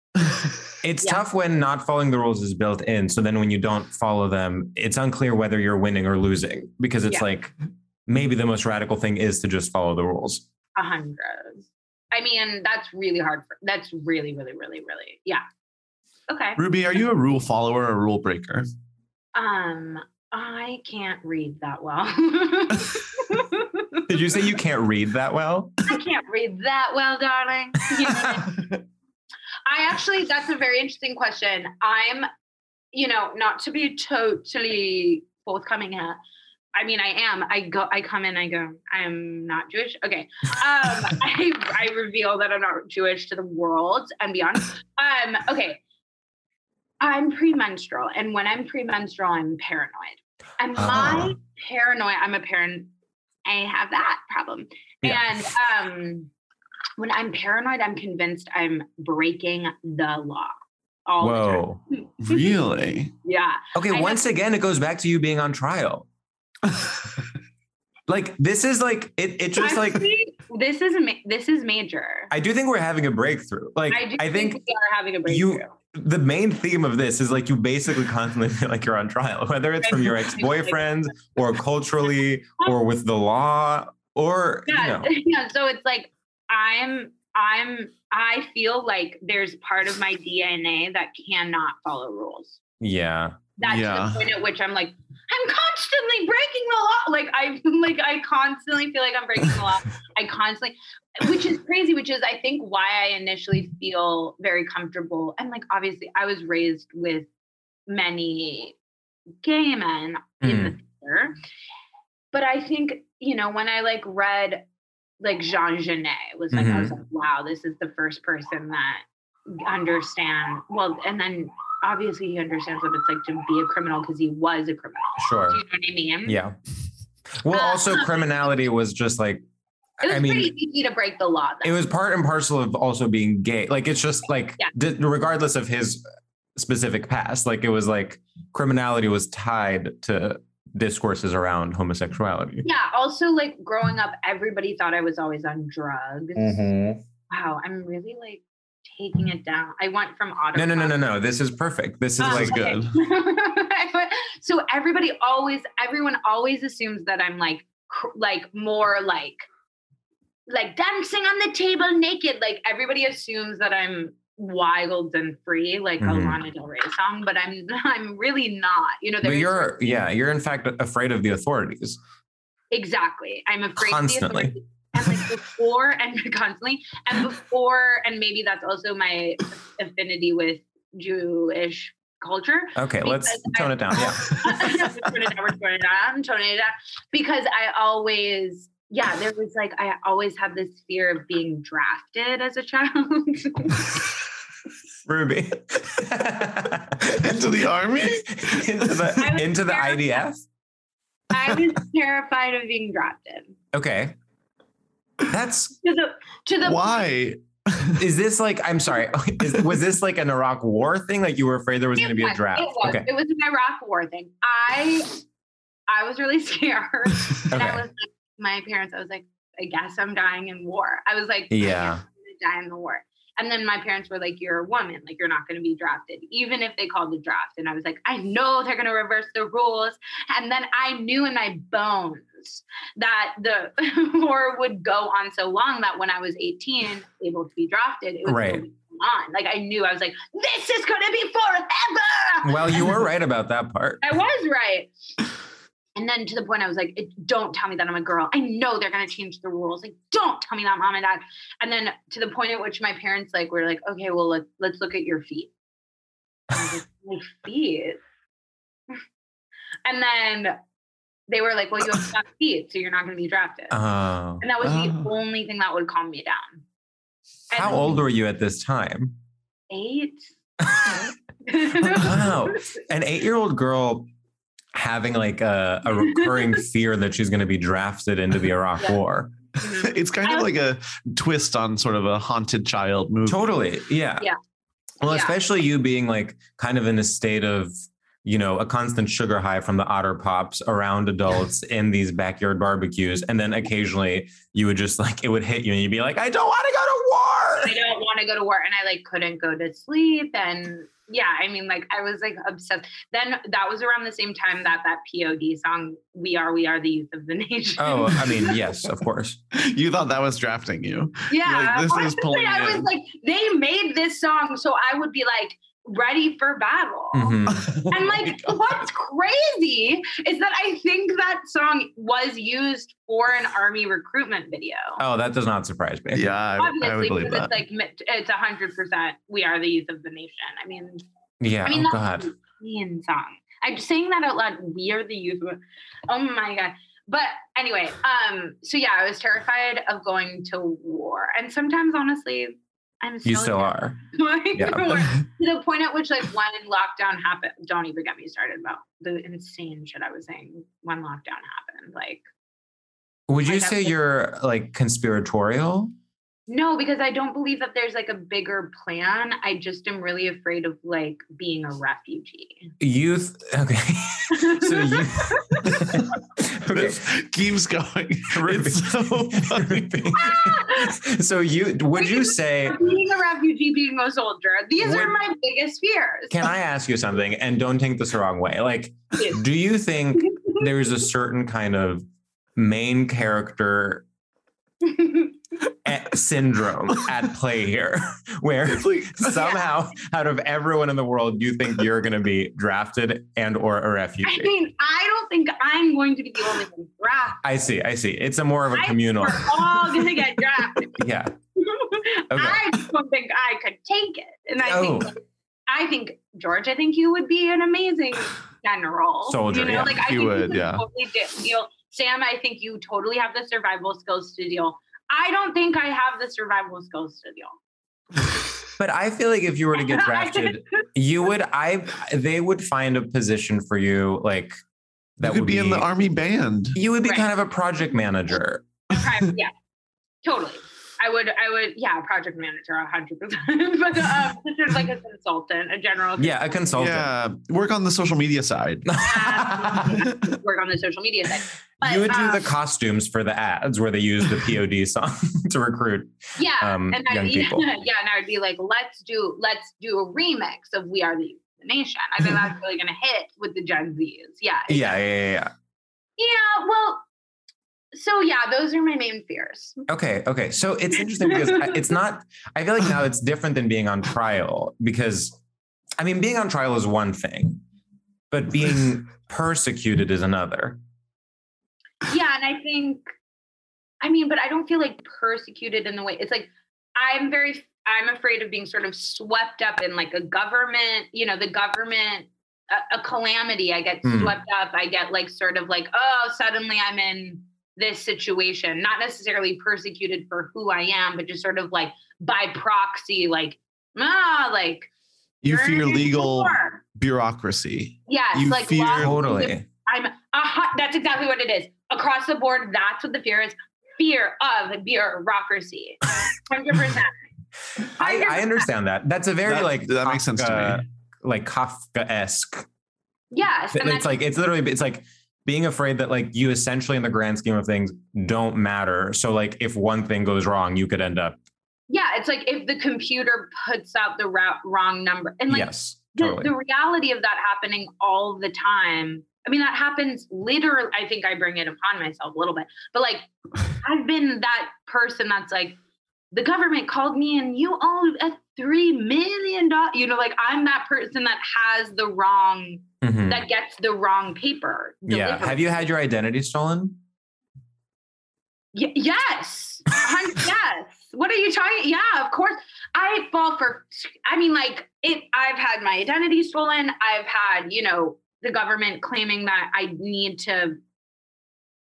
S5: It's tough when not following the rules is built in. So then when you don't follow them, it's unclear whether you're winning or losing because it's
S1: Yeah.
S5: like maybe the most radical thing is to just follow the rules.
S1: A hundred. I mean, that's really hard. For, that's really, really, really, really. Yeah. Okay.
S2: Ruby, are you a rule follower or a rule breaker?
S1: Um, I can't read that well.
S5: Did you say you can't read that well?
S1: I can't read that well, darling. You know? I actually, that's a very interesting question. I'm, you know, not to be totally forthcoming here. I mean, I am. I go. I come in. I go. I'm not Jewish. Okay. Um, I, I reveal that I'm not Jewish to the world and beyond. Um, okay. I'm premenstrual, and when I'm premenstrual, I'm paranoid. And my
S5: Oh.
S1: paranoia, I'm a parent. I have that problem. And um, when I'm paranoid, I'm convinced I'm breaking the law. All the time.
S5: Whoa.
S2: Really?
S1: Yeah.
S5: Okay,
S1: I have-
S5: once again, it goes back to you being on trial. like this is like it it just like
S1: Honestly, this is ma- this is major.
S5: I do think we're having a breakthrough. Like
S1: I do
S5: I think
S1: we are having a breakthrough.
S5: you the main theme of this is like you basically constantly feel like you're on trial whether it's from your ex-boyfriend or culturally or with the law or you
S1: yeah,
S5: know
S1: yeah. So it's like I'm I'm I feel like there's part of my DNA that cannot follow rules.
S5: yeah
S1: That's
S2: Yeah.
S1: the point at which I'm like, I'm constantly breaking the law. Like I like I constantly feel like I'm breaking the law. I constantly which is crazy, which is I think why I initially feel very comfortable. And like obviously I was raised with many gay men in the theater. But I think, you know, when I like read like Jean Genet it was like I was
S5: Mhm.
S1: like, wow, this is the first person that understand well and then obviously he understands what it's like to be a criminal because he was a criminal.
S5: sure
S1: Do you know what I mean?
S5: yeah well also criminality was just like
S1: Uh, um, It was
S5: i mean
S1: pretty easy to break the law.
S5: it
S1: Though.
S5: was part and parcel of also being gay like it's just like
S1: Yeah.
S5: d- regardless of his specific past like it was like criminality was tied to discourses around homosexuality.
S1: Yeah. Also, like growing up, everybody thought I was always on drugs.
S5: Mhm.
S1: Wow, I'm really like taking it down. I went from auto.
S5: No, no, no, no, no. This is perfect. This is
S1: Oh,
S5: like
S1: okay. so everybody always, everyone always assumes that I'm like, cr- like more like, like dancing on the table naked. Like everybody assumes that I'm wild and free, like
S5: Mhm.
S1: a Lana Del Rey song, but I'm, I'm really not. You know,
S5: But
S1: there's-
S5: you're yeah, you're in fact afraid of the authorities.
S1: Exactly. I'm afraid of the
S5: Constantly.
S1: authority. And like before and constantly, and before, and maybe that's also my affinity with Jewish culture.
S5: Okay, let's
S1: because
S5: tone
S1: I-
S5: it down. Yeah.
S1: Yes, we're turning it down, we're turning it down, turning it down. because I always, yeah, there was like, I always had this fear of being drafted as a child.
S5: Ruby. into the army? into the into the IDF?
S1: I was terrified of being drafted.
S5: Okay. That's
S1: To the, to the
S5: is this like I'm sorry, is, was this like an Iraq war thing? Like you were afraid there was gonna be a
S1: was,
S5: draft.
S1: It was.
S5: Okay.
S1: It was an Iraq war thing. I I was really scared. And I
S5: Okay.
S1: was like, my parents, I was like, I guess I'm dying in war. I was like, I
S5: Yeah.
S1: guess I'm gonna die in the war. And then my parents were like, You're a woman, like you're not gonna be drafted, even if they called the draft. And I was like, I know they're gonna reverse the rules. And then I knew in my bones that the war would go on so long that when I was 18, able to be drafted, it was
S5: Right.
S1: going on. Like I knew I was like, this is gonna be forever.
S5: Well, you were right about that part.
S1: I was right. And then to the point I was like, "It- don't tell me that I'm a girl. I know they're gonna change the rules. Like, don't tell me that, mom and dad. And then to the point at which my parents like were like, okay, well, let's let's look at your feet. I was like, my feet. and then they were like, well, you have fat feet, so you're not gonna be drafted.
S5: Oh.
S1: And that was the only thing that would calm me down.
S5: How old were you at this time?
S1: Eight.
S5: wow. An eight year old girl having like a, a recurring fear that she's going to be drafted into the Iraq
S1: Yeah.
S5: war.
S2: it's kind of like a twist on sort of a haunted child movie.
S5: Totally. Yeah.
S1: Yeah.
S5: Well, especially you being like kind of in a state of, you know, a constant sugar high from the otter pops around adults in these backyard barbecues. And then occasionally you would just like, it would hit you and you'd be like, I don't want to go to war.
S1: I don't want to go to war. And I like couldn't go to sleep. And yeah, I mean, like I was like obsessed. Then that was around the same time that that POD song, We Are, We Are the Youth of the Nation.
S5: Oh, I mean, yes, of course.
S2: You thought that was drafting you.
S1: yeah.
S2: You're like, this is
S1: honestly,
S2: pulling
S1: I was
S2: in.
S1: like, they made this song. So I would be like, ready for battle.
S2: Mm-hmm.
S5: Mm-hmm.
S2: Oh,
S1: And like, what's crazy is that I think that song was used for an army recruitment video.
S5: Oh, that does not surprise me.
S2: Yeah,
S1: because it's like mi- it's a hundred percent. We are the youth of the nation. I mean,
S5: yeah.
S1: I mean,
S5: oh,
S1: that's
S5: God.
S1: a European song. I'm saying that out loud. We are the youth. of- Oh my god. But anyway, um, so yeah, I was terrified of going to war, and sometimes, honestly, I'm
S5: You still are.
S1: terrified
S5: Yeah.
S1: of war. to the point at which, like, when lockdown happened, don't even get me started about the insane shit I was saying when lockdown happened. Like,
S5: Would you
S1: Like, I
S5: say
S1: was-
S5: you're like conspiratorial?
S1: No, because I don't believe that there's like a bigger plan. I just am really afraid of like being a refugee.
S5: Youth. Okay. so you.
S2: This keeps going. It's so funny.
S5: so you would you say?
S1: Being a refugee, being a soldier. These are
S5: Would-
S1: my biggest fears.
S5: Can I ask you something? And don't take this the wrong way. Like, do you think there is a certain kind of main character? eh, syndrome at play here where somehow out of everyone in the world you think you're going to be drafted and or a
S1: I
S5: refugee
S1: mean, I don't think I'm going to be the only one drafted.
S5: I see. I see. It's a more of a communal.
S1: We're all gonna get drafted.
S5: Yeah.
S1: I just don't think I could take it. And I
S5: Oh.
S1: think I think George, I think you would be an amazing general.
S2: Soldier,
S1: You know,
S2: yeah.
S1: like I
S2: You
S1: think
S2: would,
S1: you could
S2: yeah.
S1: totally de- deal. Sam, I think you totally have the survival skills to deal. I don't think I have the survival skills to deal.
S5: But I feel like if you were to get drafted, you would. I. They would find a position for you, like that
S2: could
S5: would
S2: be in the army band.
S5: You would be kind of a project manager.
S1: Pri- yeah. Totally. I would, I would, yeah, project manager, hundred percent. But um, this is like a consultant, a general.
S5: Yeah, a consultant.
S2: Yeah, work on the social media side.
S1: consultant, work on the social media side. But,
S5: you would do
S1: um,
S5: the costumes for the ads where they use the POD song to recruit.
S1: yeah,
S5: um,
S1: and I'd
S5: young
S1: be,
S5: people.
S1: yeah, and I would be like, let's do, let's do a remix of "We Are the Youth of the Nation." I think that's really gonna hit with the Gen Zs. Yeah,
S5: Yeah, yeah, yeah, yeah.
S1: yeah. Well, so yeah, those are my main fears.
S5: Okay, okay. So it's interesting because I- it's not, I feel like now it's different than being on trial because, I mean, being on trial is one thing, but being persecuted is another.
S1: yeah and i think i mean but i don't feel like persecuted in the way it's like i'm very i'm afraid of being sort of swept up in like a government you know the government a, a calamity i get
S5: Hmm.
S1: swept up i get like sort of like oh suddenly i'm in this situation not necessarily persecuted for who i am but just sort of like by proxy like ah like
S2: You
S1: you're in
S2: fear
S1: a
S2: legal
S1: war.
S2: bureaucracy.
S1: Yes,
S2: You
S1: like
S2: fear-
S1: lots of-
S5: Totally.
S1: I'm a hot, that's exactly what it is. Across the board, that's what the fear is. Fear of bureaucracy. 100%.
S5: I, I understand that. That's a very
S2: That-
S5: like,
S2: that makes sense to me.
S5: Like Kafka esque
S1: Yes.
S5: Th-
S1: And
S5: it's
S1: that's,
S5: like it's literally it's like being afraid that like you essentially in the grand scheme of things don't matter so like if one thing goes wrong you could end up
S1: yeah, it's like if the computer puts out the ra- wrong number. And like
S5: yes
S1: the,
S5: totally
S1: the reality of that happening all the time. I mean, that happens literally. I think I bring it upon myself a little bit, but like I've been that person that's like, the government called me and you owe a three million dollars. You know, like I'm that person that has the wrong,
S5: Mhm.
S1: that gets the wrong paper.
S5: yeah
S1: delivered.
S5: have you had your identity stolen
S1: Y- yes. Hun- yes. What are you talking? Yeah, of course. I fall for I mean like it I've had my identity stolen. I've had, you know, the government claiming that I need to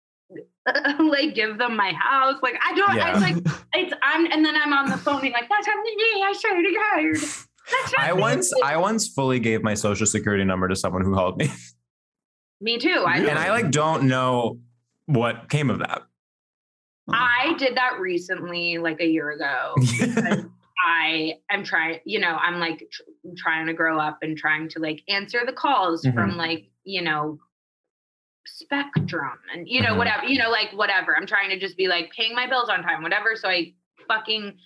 S1: like give them my house. Like I don't
S5: Yeah.
S1: I like it's I'm and then I'm on the phone being like that's happened to me. I swear to God. That's
S5: i
S1: happening
S5: once
S1: to me."
S5: i once fully gave my social security number to someone who helped me
S1: me too. I
S5: and i like don't know what came of that
S1: I did that recently, like a year ago. because I am trying, you know, I'm like tr- trying to grow up and trying to like answer the calls from like, you know, Spectrum and, you know,
S5: Mhm.
S1: whatever, you know, like whatever. I'm trying to just be like paying my bills on time, whatever. So I fucking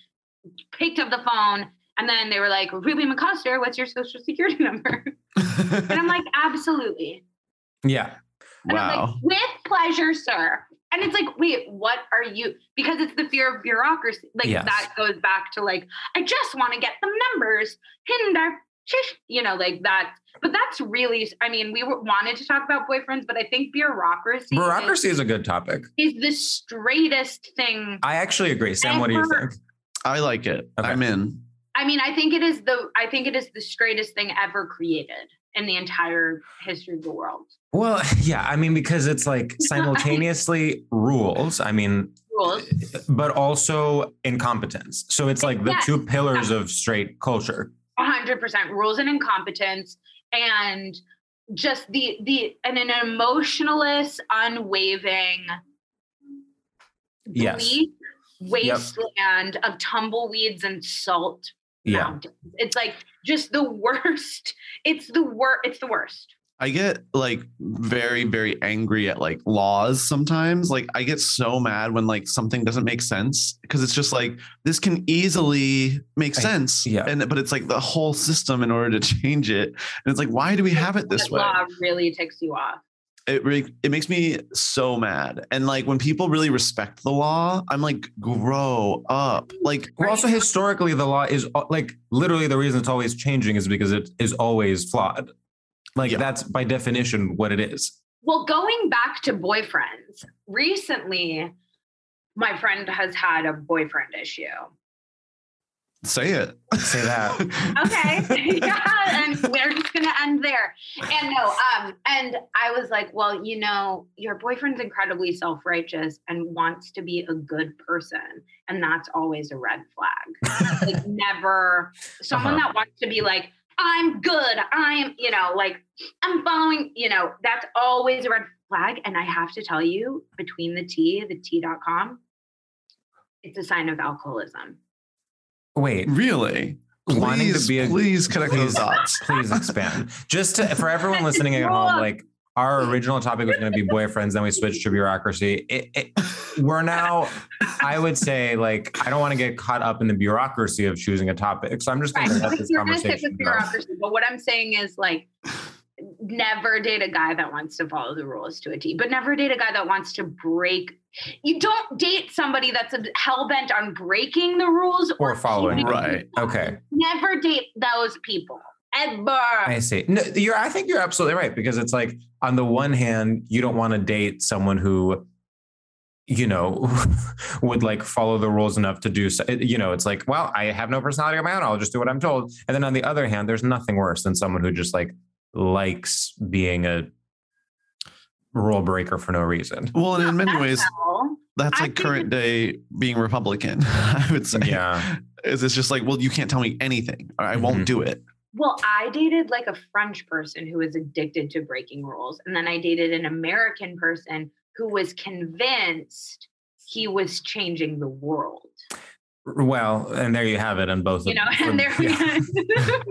S1: picked up the phone and then they were like, Ruby McCoster, what's your social security number? and I'm like, absolutely.
S5: yeah
S1: And I'm like,
S2: Wow.
S1: with pleasure, sir. And it's like, wait, what are you? Because it's the fear of bureaucracy. Like
S5: Yes.
S1: that goes back to like, I just want to get the numbers. Hinder, shish, you know, like that. But that's really, I mean, we were, wanted to talk about boyfriends, but I think bureaucracy,
S5: bureaucracy is a good topic
S1: Is, is the straightest thing.
S5: i actually agree sam what do you think
S2: I like it.
S5: Okay.
S2: I'm in.
S1: I mean, I think it is the, I think it is the straightest thing ever created in the entire history of the world.
S5: well yeah i mean because it's like simultaneously rules i mean
S1: Rules.
S5: but also incompetence. So it's like the
S1: Yes.
S5: two pillars of straight culture.
S1: 100% rules and incompetence and just the the and an emotionless unwaving
S5: Yes.
S1: bleak wasteland of tumbleweeds and salt
S5: Yeah.
S1: mountains it's like just the worst it's the worst it's the worst
S2: I get like very, very angry at like laws sometimes. Like I get so mad when like something doesn't make sense because it's just like this can easily make
S5: I-
S2: sense.
S5: yeah.
S2: And but it's like the whole system in order to change it. And it's like, why do we have it this
S1: That
S2: way?
S1: law really ticks you off
S2: It re- it makes me so mad. And like when people really respect the law, I'm like, grow up. Like
S5: Well, also historically, the law is uh, like literally the reason it's always changing is because it is always flawed. Like
S2: Yeah.
S5: that's by definition what it is.
S1: Well, going back to boyfriends, recently my friend has had a boyfriend issue.
S2: say it.
S5: Say that.
S1: Okay. yeah. And we're just gonna end there. And no, um, and I was like, well, you know, your boyfriend's incredibly self-righteous and wants to be a good person. And that's always a red flag. like never someone
S5: Uh-huh.
S1: that wants to be like, I'm good, I'm, you know, like I'm following, you know, that's always a red flag. And I have to tell you, between the T, the T.com, It's a sign of alcoholism.
S5: Wait.
S2: Really?
S5: wanting to
S2: Please,
S5: be a,
S2: please connect those dots.
S5: Please expand. Just to, for everyone listening at home, like our original topic was going to be boyfriends, then we switched to bureaucracy. It, it, we're now, I would say, like I don't want to get caught up in the bureaucracy of choosing a topic, so I'm just going
S1: Right.
S5: to let this
S1: You're gonna stick with
S5: conversation go.
S1: bureaucracy, but what I'm saying is like never date a guy that wants to follow the rules to a T, but never date a guy that wants to break. You don't date somebody that's hell bent on breaking the rules or,
S5: Or following,
S1: keeping-
S5: Okay,
S1: Never date those people ever.
S5: I see. No, you're. I think you're absolutely right because it's like on the one hand, you don't want to date someone who, you know, would like follow the rules enough to do. So, you know, it's like, well, I have no personality of my own. I'll just do what I'm told. And then on the other hand, there's nothing worse than someone who just like likes being a rule breaker for no reason.
S2: Well, and in many ways,
S1: Well,
S2: that's like current day being Republican, I would say.
S5: Yeah. Mm-hmm.
S2: Is it's just like, well, you can't tell me anything. or I won't do it.
S1: Well, I dated like a French person who was addicted to breaking rules. And then I dated an American person who was convinced he was changing the world.
S5: Well, and there you have it on both.
S1: You
S5: of-
S1: know, and there we
S5: Yeah.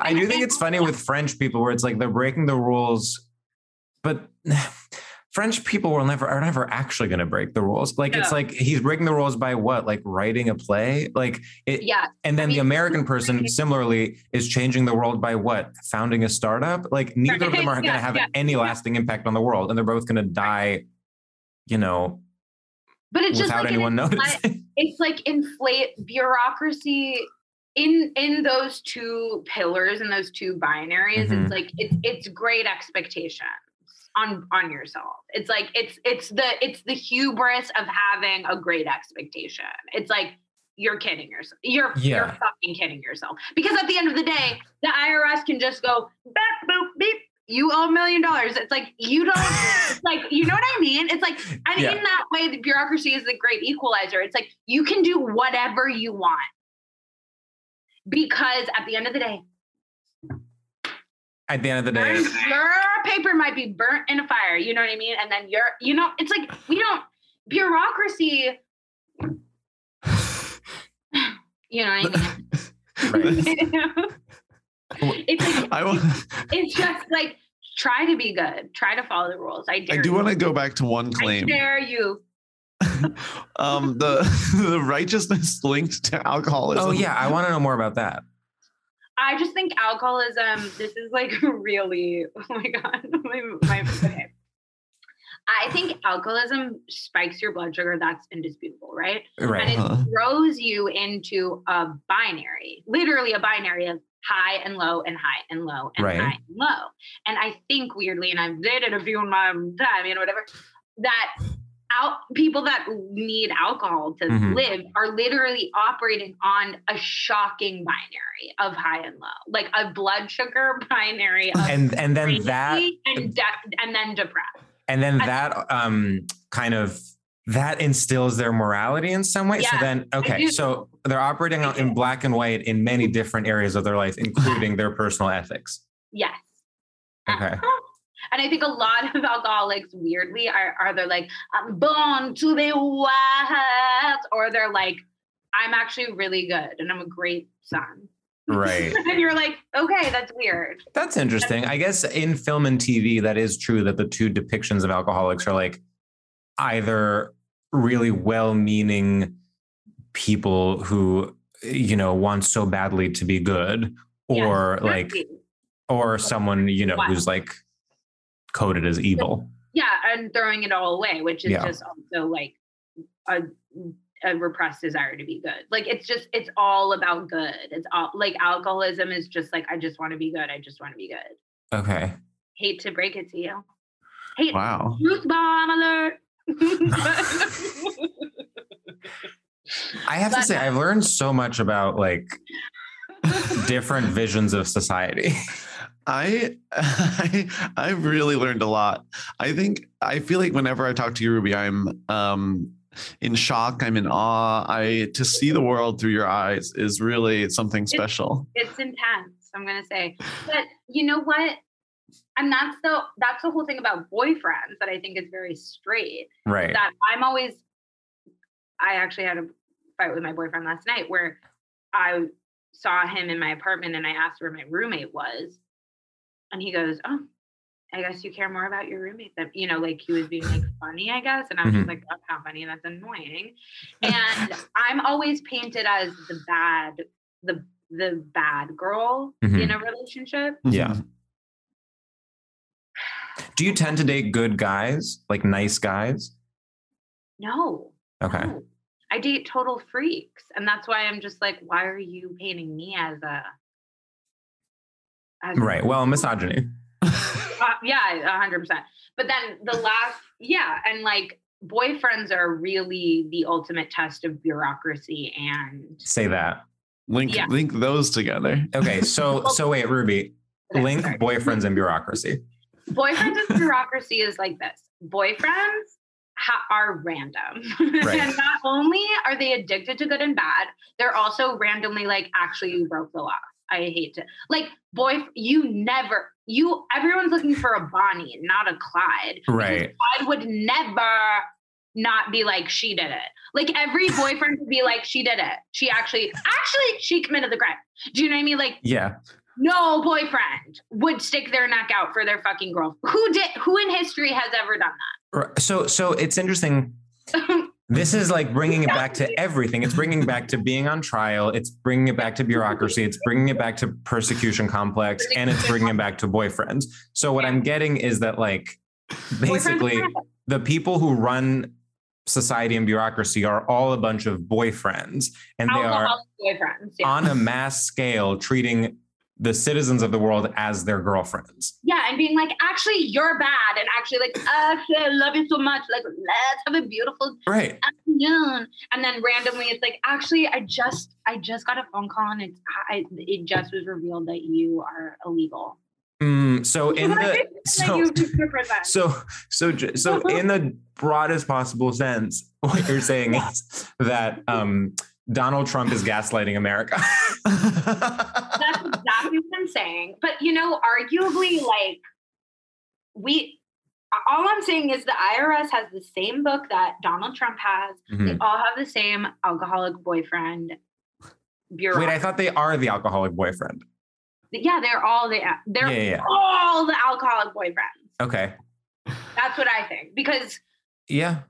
S5: I do think it's funny with French people where it's like they're breaking the rules, but French people will never are never actually going to break the rules. Like it's
S1: No.
S5: like he's breaking the rules by what? Like writing a play? Like it
S1: Yeah.
S5: and then
S1: I mean,
S5: the American person similarly is changing the world by what? Founding a startup? Like neither of them are going
S1: Right.
S5: to
S1: Yeah,
S5: have
S1: yeah,
S5: any lasting impact on the world and they're both going to die you know
S1: But it's just
S5: without
S1: like an
S5: anyone
S1: infla-
S5: noticing.
S1: it's like inflate bureaucracy in in those two pillars and those two binaries.
S5: Mhm.
S1: It's like it's it's great expectations on on yourself. It's like it's it's the it's the hubris of having a great expectation. It's like you're kidding yourself. You're you're
S5: Yeah.
S1: fucking kidding yourself. Because at the end of the day, the IRS can just go back boop beep. You owe a million dollars. It's like you don't it's like you know what I mean? It's like and
S5: Yeah.
S1: in that way, the bureaucracy is the great equalizer. It's like you can do whatever you want. Because at the end of the day,
S5: at the end of the day.
S1: your paper might be burnt in a fire. You know what I mean? And then you're, you know, it's like we don't bureaucracy. You know what I
S5: Right.
S1: mean? it's like
S2: I want.
S1: it's just like try to be good, try to follow the rules. I
S2: I
S1: dare
S2: do
S1: you.
S2: want to go back to one
S1: I
S2: claim.
S1: dare you.
S2: Um, the the righteousness linked to alcoholism.
S5: Oh yeah, I want to know more about that.
S1: I just think alcoholism, this is like really, oh my God. My, my, okay. I think alcoholism spikes your blood sugar. That's indisputable, right?
S5: Right.
S1: And
S5: Uh-huh.
S1: it throws you into a binary, literally a binary of high and low and high and low and
S5: Right.
S1: high and low. And I think weirdly, and I've dated a few in my time, you know, whatever, that out people that need alcohol to
S5: Mhm.
S1: live are literally operating on a shocking binary of high and low, like a blood sugar binary of
S5: And and then
S1: crazy
S5: that
S1: and de- and then depressed.
S5: and then that um kind of that instills their morality in some way so
S1: Yeah,
S5: then
S1: I
S5: okay
S1: do.
S5: so they're operating on- in black and white in many different areas of their life including their personal ethics
S1: Yes.
S5: okay
S1: And I think a lot of alcoholics, weirdly, are, are they're like, I'm born to be wild, or they're like, I'm actually really good and I'm a great son.
S5: right
S1: and you're like, okay, that's weird.
S5: that's interesting i guess in film and tv that is true that the two depictions of alcoholics are like either really well-meaning people who you know want so badly to be good or
S1: Yeah,
S5: like
S1: exactly.
S5: or someone you know
S1: Wow.
S5: who's like coded as evil
S1: yeah, and throwing it all away, which is
S5: Yeah.
S1: just also like a, a repressed desire to be good. Like it's just, it's all about good. It's all like alcoholism is just like, I just want to be good. I just want to be good.
S5: okay
S1: Hate to break it to you. Hate
S2: Wow.
S1: truth bomb alert.
S5: i have to
S1: But-
S5: say i've learned so much about like different visions of society
S2: I, I I've really learned a lot. I think I feel like whenever I talk to you, Ruby, I'm um in shock. I'm in awe. I to see the world through your eyes is really something special.
S1: it's intense i'm gonna say but you know what and that's the that's the whole thing about boyfriends that i think is very straight
S5: right
S1: that i'm always i actually had a fight with my boyfriend last night where I saw him in my apartment and I asked where my roommate was. And he goes, Oh, I guess you care more about your roommate than you know, like he was being like funny, I guess. And I was just
S7: Mhm.
S1: like, Oh, how funny, that's annoying. And I'm always painted as the bad, the the bad girl in
S5: Mhm.
S1: a relationship.
S5: Yeah. Do you tend to date good guys, like nice guys?
S1: No.
S5: Okay.
S1: No. I date total freaks. And that's why I'm just like, why are you painting me as a as a-
S5: Right. Well, misogyny.
S1: Uh, yeah, hundred percent. But then the last, yeah, and like boyfriends are really the ultimate test of bureaucracy and
S5: Say that.
S2: Link
S1: Yeah.
S2: link those together.
S5: Okay, so so wait, Ruby, link boyfriends and bureaucracy.
S1: boyfriends and bureaucracy is like this. Boyfriends ha- are random,
S5: Right.
S1: and not only are they addicted to good and bad, they're also randomly like, actually, you broke the law. I hate to like boy. You never you. Everyone's looking for a Bonnie, not a Clyde.
S5: Right.
S1: I would never not be like she did it. Like every boyfriend would be like she did it. She actually actually she committed the crime. Do you know what I mean? Like
S5: Yeah.
S1: no boyfriend would stick their neck out for their fucking girl. Who did who in history has ever done
S5: R- So so it's interesting. This is like bringing it back to everything. It's bringing it back to being on trial. It's bringing it back to bureaucracy. It's bringing it back to persecution complex, and it's bringing it back to boyfriends. So what I'm getting is that like basically the people who run society and bureaucracy are all a bunch of boyfriends, and
S1: that?
S5: they are
S1: Alcoholic boyfriends. Yeah.
S5: on a mass scale treating the citizens of the world as their girlfriends.
S1: yeah, and being like, actually, you're bad, and actually, like, actually, I love you so much. Like, let's have a beautiful
S5: Right.
S1: afternoon. And then randomly, it's like, actually, I just, I just got a phone call, and it's, I, it just was revealed that you are illegal.
S5: Mm, so in the
S1: Like,
S5: so
S1: you- you represent.
S5: so so j- so
S1: Uh-huh.
S5: in the broadest possible sense, what you're saying is that um, Donald Trump is gaslighting America. Mm-hmm.
S1: That's exactly what I'm saying. But you know, arguably, like we all I'm saying is the IRS has the same book that Donald Trump has. They
S5: Mhm.
S1: all have the same alcoholic boyfriend bureau.
S5: Wait, I thought they are the alcoholic boyfriend.
S1: yeah, they're all the they're
S5: Yeah, yeah, yeah.
S1: all the alcoholic boyfriends.
S5: Okay.
S1: That's what I think. Because
S5: Yeah.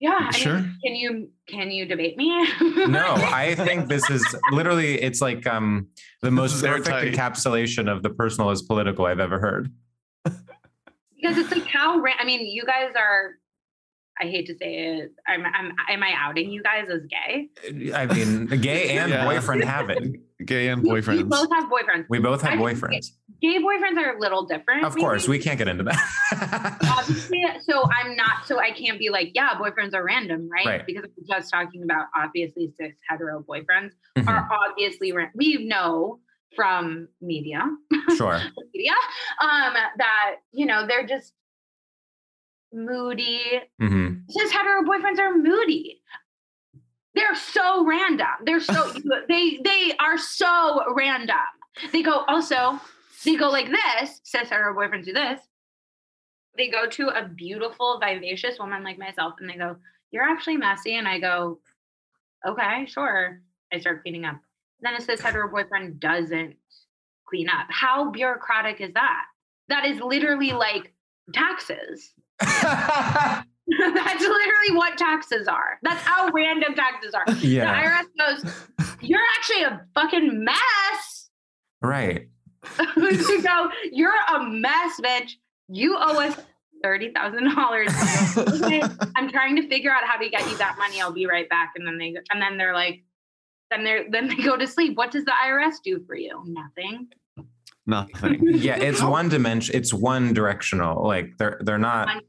S1: yeah, I
S5: Sure.
S1: mean, can you can you debate me?
S5: No, I think this is literally it's like um the most perfect encapsulation of the personal is political I've ever heard.
S1: because it's like how ra- I mean, you guys are. I hate to say it. I'm, I'm. Am I outing you guys as gay?
S5: I mean, gay and
S2: Yeah.
S5: boyfriend have it.
S2: Gay and
S1: We
S2: boyfriends.
S1: both have boyfriends.
S5: We both have
S1: I think
S5: boyfriends.
S1: Gay boyfriends are a little different.
S5: Of course, we can't get into that.
S1: obviously. So I'm not. So I can't be like, yeah, boyfriends are random, right?
S5: Right.
S1: Because we're just talking about obviously cis hetero boyfriends
S5: Mm-hmm.
S1: are obviously ran- we know from media,
S5: Sure.
S1: media, um, that you know they're just moody,
S5: hmm
S1: cis hetero boyfriends are moody. They're so random. They're so they they are so random. They go also they go like this. Cis hetero boyfriends do this. They go to a beautiful, vivacious woman like myself, and they go, "You're actually messy," and I go, "Okay, sure." I start cleaning up. Then a cis hetero boyfriend doesn't clean up. How bureaucratic is that? That is literally like taxes. That's literally what taxes are. That's how random taxes are.
S5: Yeah.
S1: The IRS goes, You're actually a fucking mess.
S5: Right.
S1: they go, You're a mess, bitch. You owe us $30,000. Okay, I'm trying to figure out how to get you that money. I'll be right back. And then they and then they're like, then they're then they go to sleep. What does the IRS do for you? Nothing.
S2: Nothing.
S5: Yeah, it's one dimension. It's one directional. Like they're they're not.
S1: 100%.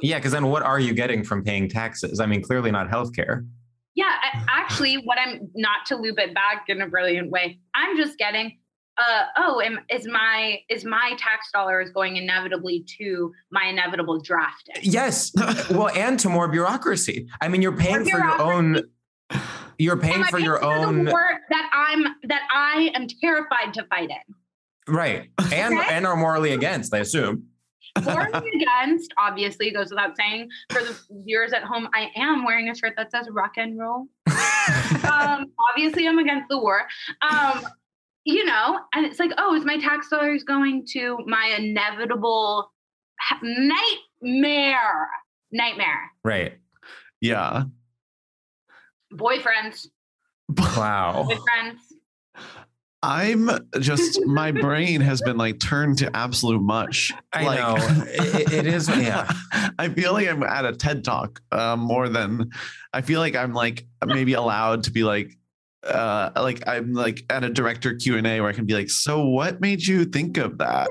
S5: Yeah, because then what are you getting from paying taxes? I mean, clearly not healthcare.
S1: Yeah, a- actually, what I'm not to loop it back in a brilliant way. I'm just getting, uh, oh, am, is my is my tax dollars going inevitably to my inevitable drafting?
S5: Yes. well, and to more bureaucracy. I mean, you're paying for your own. You're paying
S1: Am I
S5: for your
S1: paying the
S5: own.
S1: war that I'm that I am terrified to fight in.
S5: Right. And and are morally against. I assume.
S1: War against obviously goes without saying. For the viewers at home, I am wearing a shirt that says rock and roll. um, obviously, I'm against the war. Um, you know, and it's like, oh, is my tax dollars going to my inevitable ha- nightmare? Nightmare.
S5: Right.
S2: Yeah.
S1: Boyfriends.
S2: Oh.
S5: Wow.
S1: Boyfriends.
S2: I'm just my brain has been like turned to absolute mush.
S5: I
S2: like,
S5: know. It- it is- yeah.
S2: I feel like I'm at a TED talk uh, more than I feel like I'm like maybe allowed to be like uh like I'm like at a director Q and A where I can be like, so what made you think of that?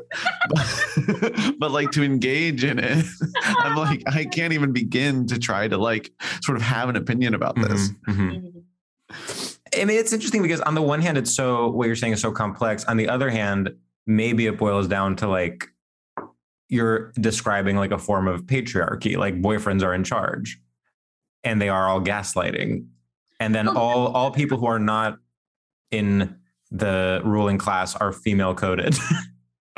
S2: but like to engage in it, I'm like I can't even begin to try to like sort of have an opinion about this.
S5: I mean, it's interesting because on the one hand, it's so what you're saying is so complex. On the other hand, maybe it boils down to like you're describing like a form of patriarchy, like boyfriends are in charge, and they are all gaslighting, and then all all people who are not in the ruling class are female coded,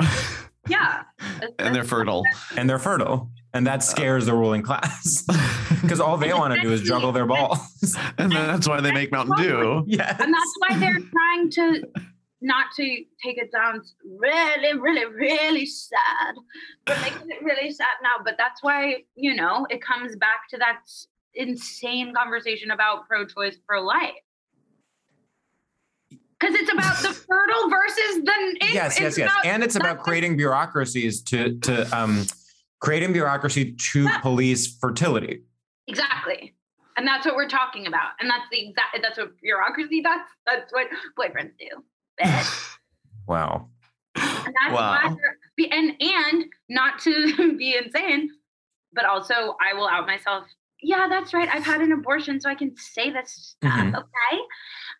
S1: Yeah. Mm-hmm.
S2: and they're fertile,
S5: and they're fertile, and that scares the ruling class because all they want to do is juggle their balls,
S2: and that's why they make Mountain Dew.
S5: Yeah.
S1: And that's why they're trying to not to take it down really, really, really sad. They're making it really sad now. But that's why, you know, it comes back to that s- insane conversation about pro choice, pro life. Because it's about the fertile versus the. it-
S5: yes, yes, yes.
S1: about-
S5: and it's about creating bureaucracies to to um creating bureaucracy to police fertility.
S1: Exactly. And that's what we're talking about. And that's the exact, that's what bureaucracy, that's, that's what boyfriends do.
S5: Wow.
S1: And that's
S5: Wow.
S1: why they're- be- and and not to be insane, but also I will out myself. Yeah, that's right. I've had an abortion, so I can say this stuff,
S5: Mhm.
S1: okay?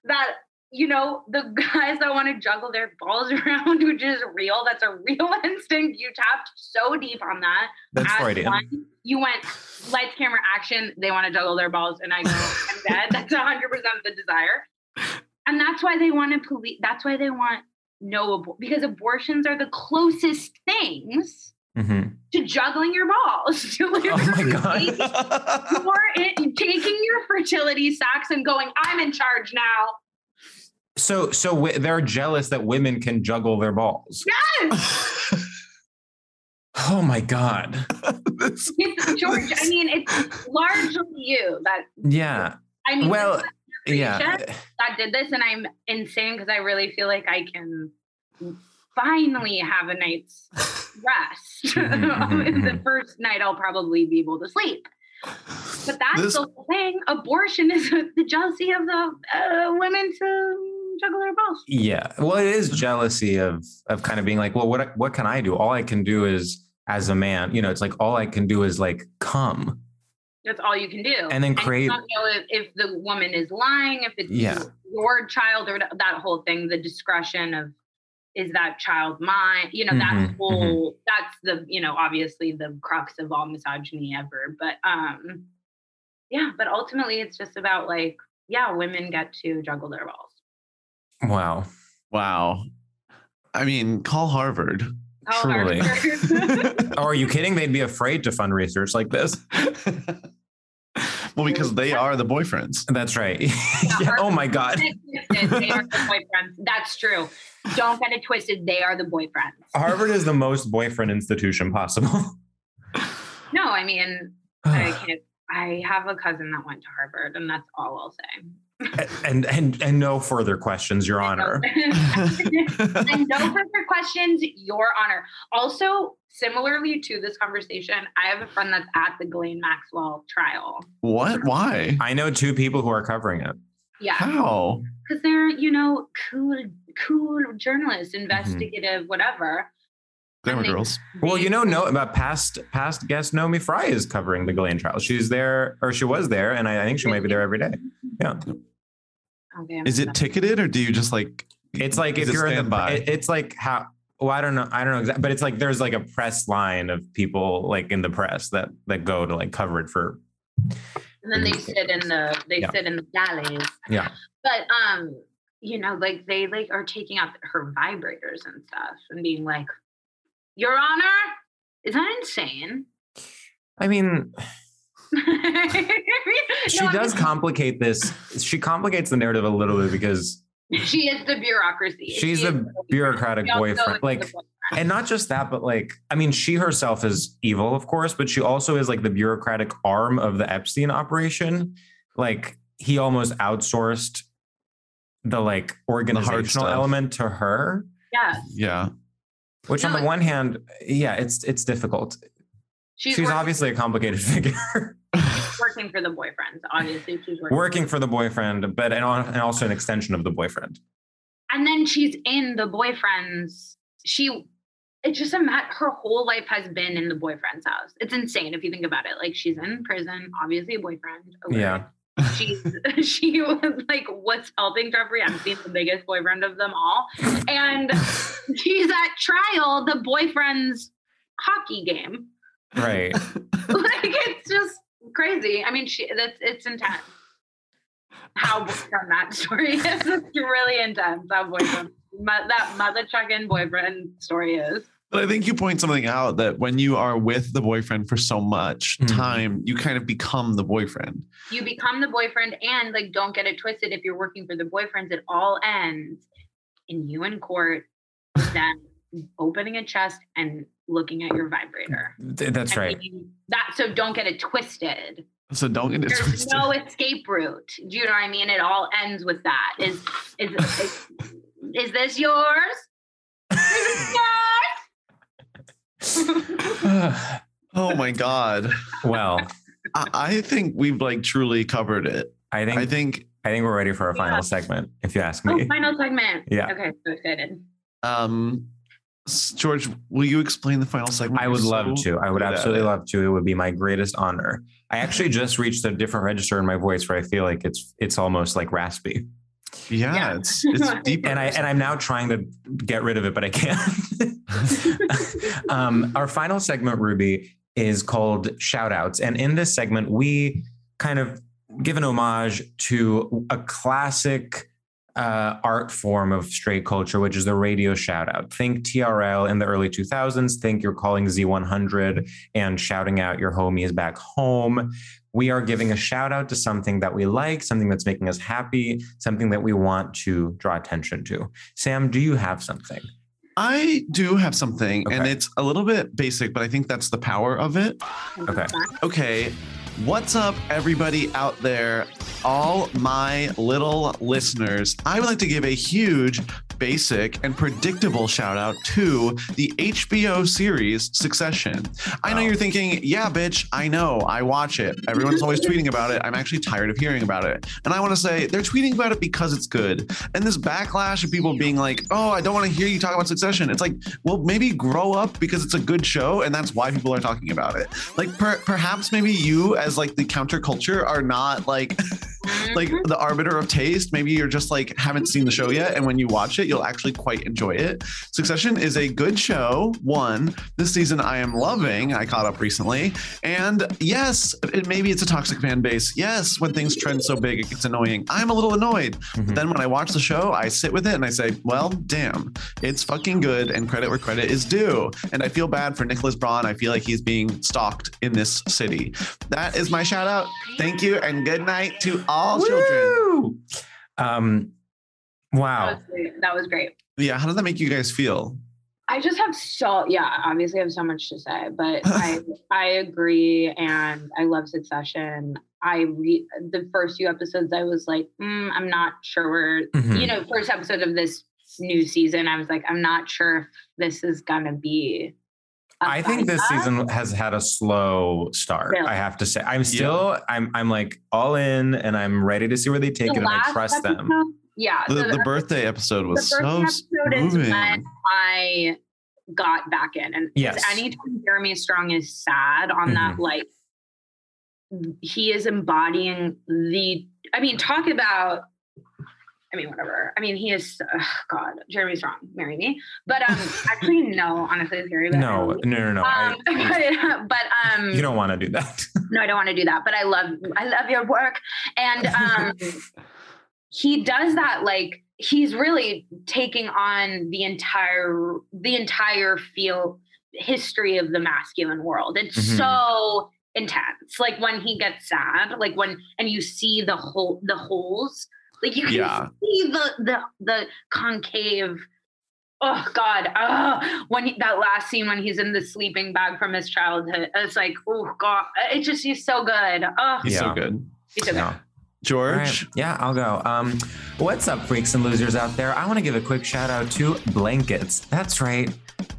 S1: That you know, the guys that want to juggle their balls around, which is real, that's a real instinct. You tapped so deep on that.
S5: That's
S1: As
S5: Freudian.
S1: one, you went lights, camera, action. They want to juggle their balls, and I go, I'm dead. That's 100% the desire. And that's why they want to police, that's why they want no abort, because abortions are the closest things
S5: Mm-hmm.
S1: to juggling your balls.
S5: Oh
S1: To literally taking- You're in- taking your fertility sacks and going, I'm in charge now.
S5: So so w- they're jealous that women can juggle their balls.
S1: Yes!
S5: Oh my god.
S1: It's George, I mean, it's largely you that,
S5: Yeah.
S1: I mean,
S5: Well,
S1: yeah.
S5: yeah.
S1: that did this, and I'm insane because I really feel like I can finally have a night's rest. the first night I'll probably be able to sleep. But that's
S2: This-
S1: the whole thing. Abortion is the jealousy of the uh, women to juggle their balls.
S5: Yeah. Well, it is jealousy of of kind of being like, well, what what can I do? All I can do is as a man, you know, it's like all I can do is like come.
S1: That's all you can do.
S5: And then create-
S1: You don't know if, if the woman is lying, if it's
S5: Yeah.
S1: your child, or that whole thing. The discretion of is that child mine? You know that
S5: Mhm,
S1: whole. That's the you know obviously the crux of all misogyny ever. But um, yeah. But ultimately, it's just about like yeah, women get to juggle their balls.
S5: Wow.
S2: Wow. I mean, call Harvard.
S1: How hard
S5: Truly.
S1: is it?
S5: Oh, are you kidding? They'd be afraid to fund research like this.
S2: Well, because they are the boyfriends.
S5: That's right. Yeah, Oh my God.
S1: they are the boyfriends. That's true. Don't get it twisted. They are the boyfriends.
S5: Harvard is the most boyfriend institution possible.
S1: No, I mean, I can't. I have a cousin that went to Harvard, and that's all I'll say.
S5: And and and no further questions, Your Honor.
S1: and no further questions, Your Honor. Also, similarly to this conversation, I have a friend that's at the Glenn Maxwell trial.
S2: What? Why?
S5: I know two people who are covering it.
S1: Yeah,
S2: How?
S1: because they're you know cool, cool journalists,
S5: Mm-hmm.
S1: investigative, whatever.
S2: They were girls.
S5: Well, you know, no about past past guest Naomi Fry is covering the Glenn trial. She's there, or she was there, and I, I think she might be there every day. Yeah,
S1: Okay, I'm
S2: Is it ticketed or do you just like?
S5: it's like
S2: Is
S5: if
S2: it
S5: you're in the,
S2: standby?
S5: it, it's like how. Well, I don't know. I don't know exactly, but it's like there's like a press line of people like in the press that that go to like cover it for.
S1: and then they sit in the they
S5: Yeah.
S1: sit in the galleys.
S5: Yeah,
S1: but um you know like they like are taking out her vibrators and stuff and being like your honor is that insane
S5: I mean, She does complicate this. She complicates the narrative a little bit because
S1: She is the bureaucracy.
S5: she's
S1: She is
S5: the bureaucratic
S1: She also
S5: boyfriend.
S1: is the
S5: Like, and not just that, but like, I mean, she herself is evil, of course, but she also is like the bureaucratic arm of the Epstein operation. Like, he almost outsourced the like organizational
S8: stuff.
S5: element to her.
S1: yeah.
S8: Yeah.
S5: Which on the one hand, yeah, it's it's difficult.
S1: She's,
S5: She's,
S1: working,
S5: obviously a complicated figure,
S1: working for the boyfriends. Obviously, she's working.
S5: working for the boyfriend, but and, on, and also an extension of the boyfriend.
S1: and then she's in the boyfriend's. She, it's just a mat. Her whole life has been in the boyfriend's house. It's insane if you think about it. Like she's in prison, obviously a boyfriend. over
S5: Yeah,
S1: she's she was like what's helping Jeffrey Epstein, the biggest boyfriend of them all, and she's at trial the boyfriend's hockey game.
S5: right.
S1: Like it's just crazy. I mean, she that's it's intense. How boyfriend that story is it's really intense. That boyfriend, mo- that mother chucking boyfriend story is.
S2: But I think you point something out that when you are with the boyfriend for so much time, you kind of become the boyfriend.
S1: you become the boyfriend and like don't get it twisted if you're working for the boyfriends it all ends in you in court then opening a chest and looking at your vibrator
S5: Th- That's
S1: I
S5: right.
S1: mean, that so don't get it twisted
S2: So don't get it
S1: there's
S2: twisted.
S1: no escape route do you know what i mean it all ends with that is is is, is this yours is this yours
S2: oh my god.
S5: Well,
S2: I, I think we've like truly covered it.
S5: I think
S2: I think
S5: I think we're ready for our final
S1: Yeah.
S5: segment, if you ask
S1: oh
S5: me.
S1: final segment
S5: Yeah.
S1: okay so excited
S2: um s- George, will you explain the final segment?
S5: I would
S2: You're
S5: love
S2: so
S5: to. I would
S2: good at
S5: absolutely
S2: it.
S5: love to. It would be my greatest honor. I actually just reached a different register in my voice where I feel like it's it's almost like raspy.
S2: Yeah, it's it's deep.
S5: And I and I'm now trying to get rid of it, but I can't. um, our final segment, Ruby, is called Shoutouts. And in this segment, we kind of give an homage to a classic uh, art form of straight culture, which is the radio shout out. Think TRL in the early 2000s. Think you're calling Z100 and shouting out your homies back home. We are giving a shout out to something that we like, something that's making us happy, something that we want to draw attention to. Sam, do you have something?
S2: I do have something, and
S5: Okay.
S2: it's a little bit basic, but I think that's the power of it.
S5: Okay.
S2: Okay, what's up, everybody out there? All my little listeners, I would like to give a huge, basic, and predictable shout out to the HBO series Succession. I know you're thinking, yeah, bitch, I know, I watch it. Everyone's always tweeting about it. I'm actually tired of hearing about it. And I want to say they're tweeting about it because it's good. And this backlash of people being like, oh, I don't want to hear you talk about Succession. It's like, well, maybe grow up because it's a good show and that's why people are talking about it. Like per- perhaps maybe you as like the counterculture are not like
S1: Mm-hmm.
S2: like the arbiter of taste. Maybe you're just like haven't seen the show yet, and when you watch it, you'll actually quite enjoy it. Succession is a good show. One, this season I am loving. I caught up recently, and yes, it, maybe it's a toxic fan base. Yes, when things trend so big, it gets annoying. I'm a little annoyed, but then when I watch the show, I sit with it and I say, well, damn, it's fucking good, and credit where credit is due. And I feel bad for Nicholas Braun. I feel like he's being stalked in this city. That is my shout out. Thank you, and good night to all children.
S5: Woo! Um,
S1: that
S5: wow.
S1: was great. That was great.
S2: Yeah, how does that make you guys feel?
S1: I just have so yeah, obviously I have so much to say, but I I agree and I love Succession. I re- the first few episodes I was like, mm, I'm not sure where
S5: Mhm.
S1: you know, first episode of this new season, I was like, I'm not sure if this is gonna be a
S5: I think this
S1: saga.
S5: season has had a slow start.
S1: Really?
S5: I have to say, I'm still, I'm, I'm like all in, and I'm ready to see where they take
S1: The
S5: it, and I
S1: last
S5: trust them.
S1: episode- Yeah.
S2: The,
S1: so
S2: the birthday episode
S1: the
S2: was
S1: first
S2: so
S1: episode is
S2: moving.
S1: when I got back in. And 'cause
S5: Yes. Mm-hmm.
S1: anytime Jeremy Strong is sad on that, like he is embodying the I mean, talk about I mean, whatever. I mean, he is ugh, God, Jeremy Strong, marry me. But um actually no, honestly, it's Gary. but
S5: No, no, no, no. I,
S1: Um, but um
S5: you don't want to do that.
S1: no, I don't want to do that, but I love I love your work. And um he does that like he's really taking on the entire the entire feel history of the masculine world. It's
S5: Mhm.
S1: so intense. Like when he gets sad, like when and you see the hole the holes. Like you can
S7: Yeah.
S1: see the the the concave. Oh God! Oh, when he, that last scene when he's in the sleeping bag from his childhood, it's like oh God! It just he's so good. Oh,
S5: He's so
S7: good.
S1: He's so good.
S5: Yeah.
S7: George?
S5: Yeah, I'll go. Um, what's up, freaks and losers out there? I want to give a quick shout out to blankets. That's right.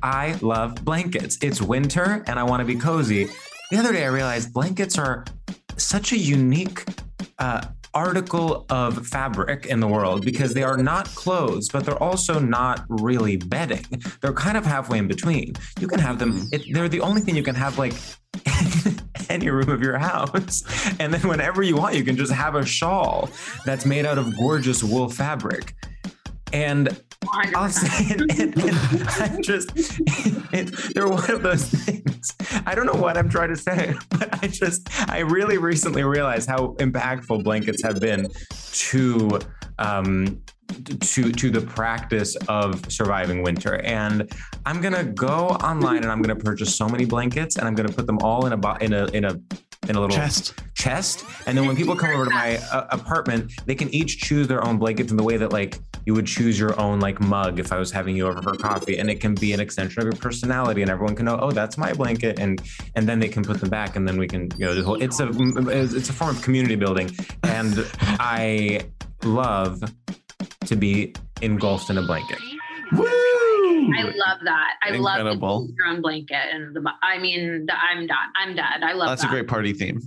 S5: I love blankets. It's winter and I want to be cozy. The other day, I realized blankets are such a unique uh, article of fabric in the world because they are not clothes, but they're also not really bedding. They're kind of halfway in between. You can have them, it, they're the only thing you can have like any room of your house. And then whenever you want, you can just have a shawl that's made out of gorgeous wool fabric. And I'll say it, it, it- I just, it, they're one of those things. I don't know what I'm trying to say, but I just, I really recently realized how impactful blankets have been to, um, to to the practice of surviving winter and i'm gonna go online and i'm gonna purchase so many blankets and i'm gonna put them all in a bo- in a in a in a little
S7: Chest.
S5: chest and then when people come over to my uh, apartment they can each choose their own blankets in the way that like you would choose your own like mug if i was having you over for coffee and it can be an extension of your personality and everyone can know oh that's my blanket and and then they can put them back and then we can you know the whole it's a it's a form of community building and i love to be engulfed in a blanket.
S1: I love that. I
S7: Incredible.
S1: love the your own blanket and the. bu- I mean, the, I'm done. I'm dead. I love
S7: That's
S1: that.
S7: a great party theme.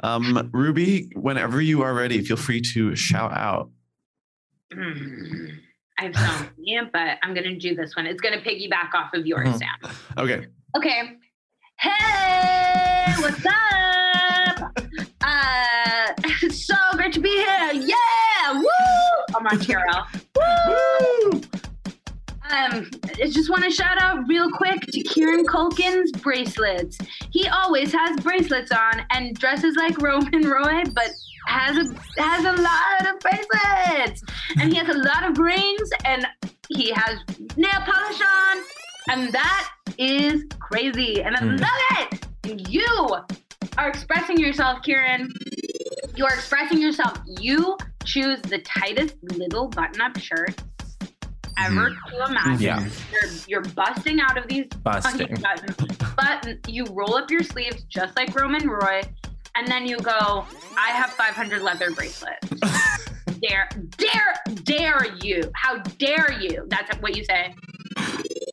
S7: Um, Ruby, whenever you are ready, feel free to shout out.
S1: Mm. I have so many, but I'm gonna do this one. It's gonna piggyback off of yours,
S7: Mhm.
S1: Sam.
S7: Okay.
S1: Okay. Hey, what's up? Uh, it's so great to be here. Yeah, woo! I'm on Carol. Woo! Um, I just want to shout out real quick to Kieran Culkin's bracelets. He always has bracelets on and dresses like Roman Roy, but has a has a lot of bracelets, and he has a lot of rings, and he has nail polish on, and that is crazy, and I
S9: Mm.
S1: love it. And you are expressing yourself, Kieran. You are expressing yourself. You choose the tightest little button-up shirt ever to imagine.
S5: Yeah.
S1: You're, you're busting out of these
S5: Busting.
S1: fucking buttons, but you roll up your sleeves just like Roman Roy, and then you go, "I have 500 leather bracelets." dare, dare, dare you? How dare you? That's what you say.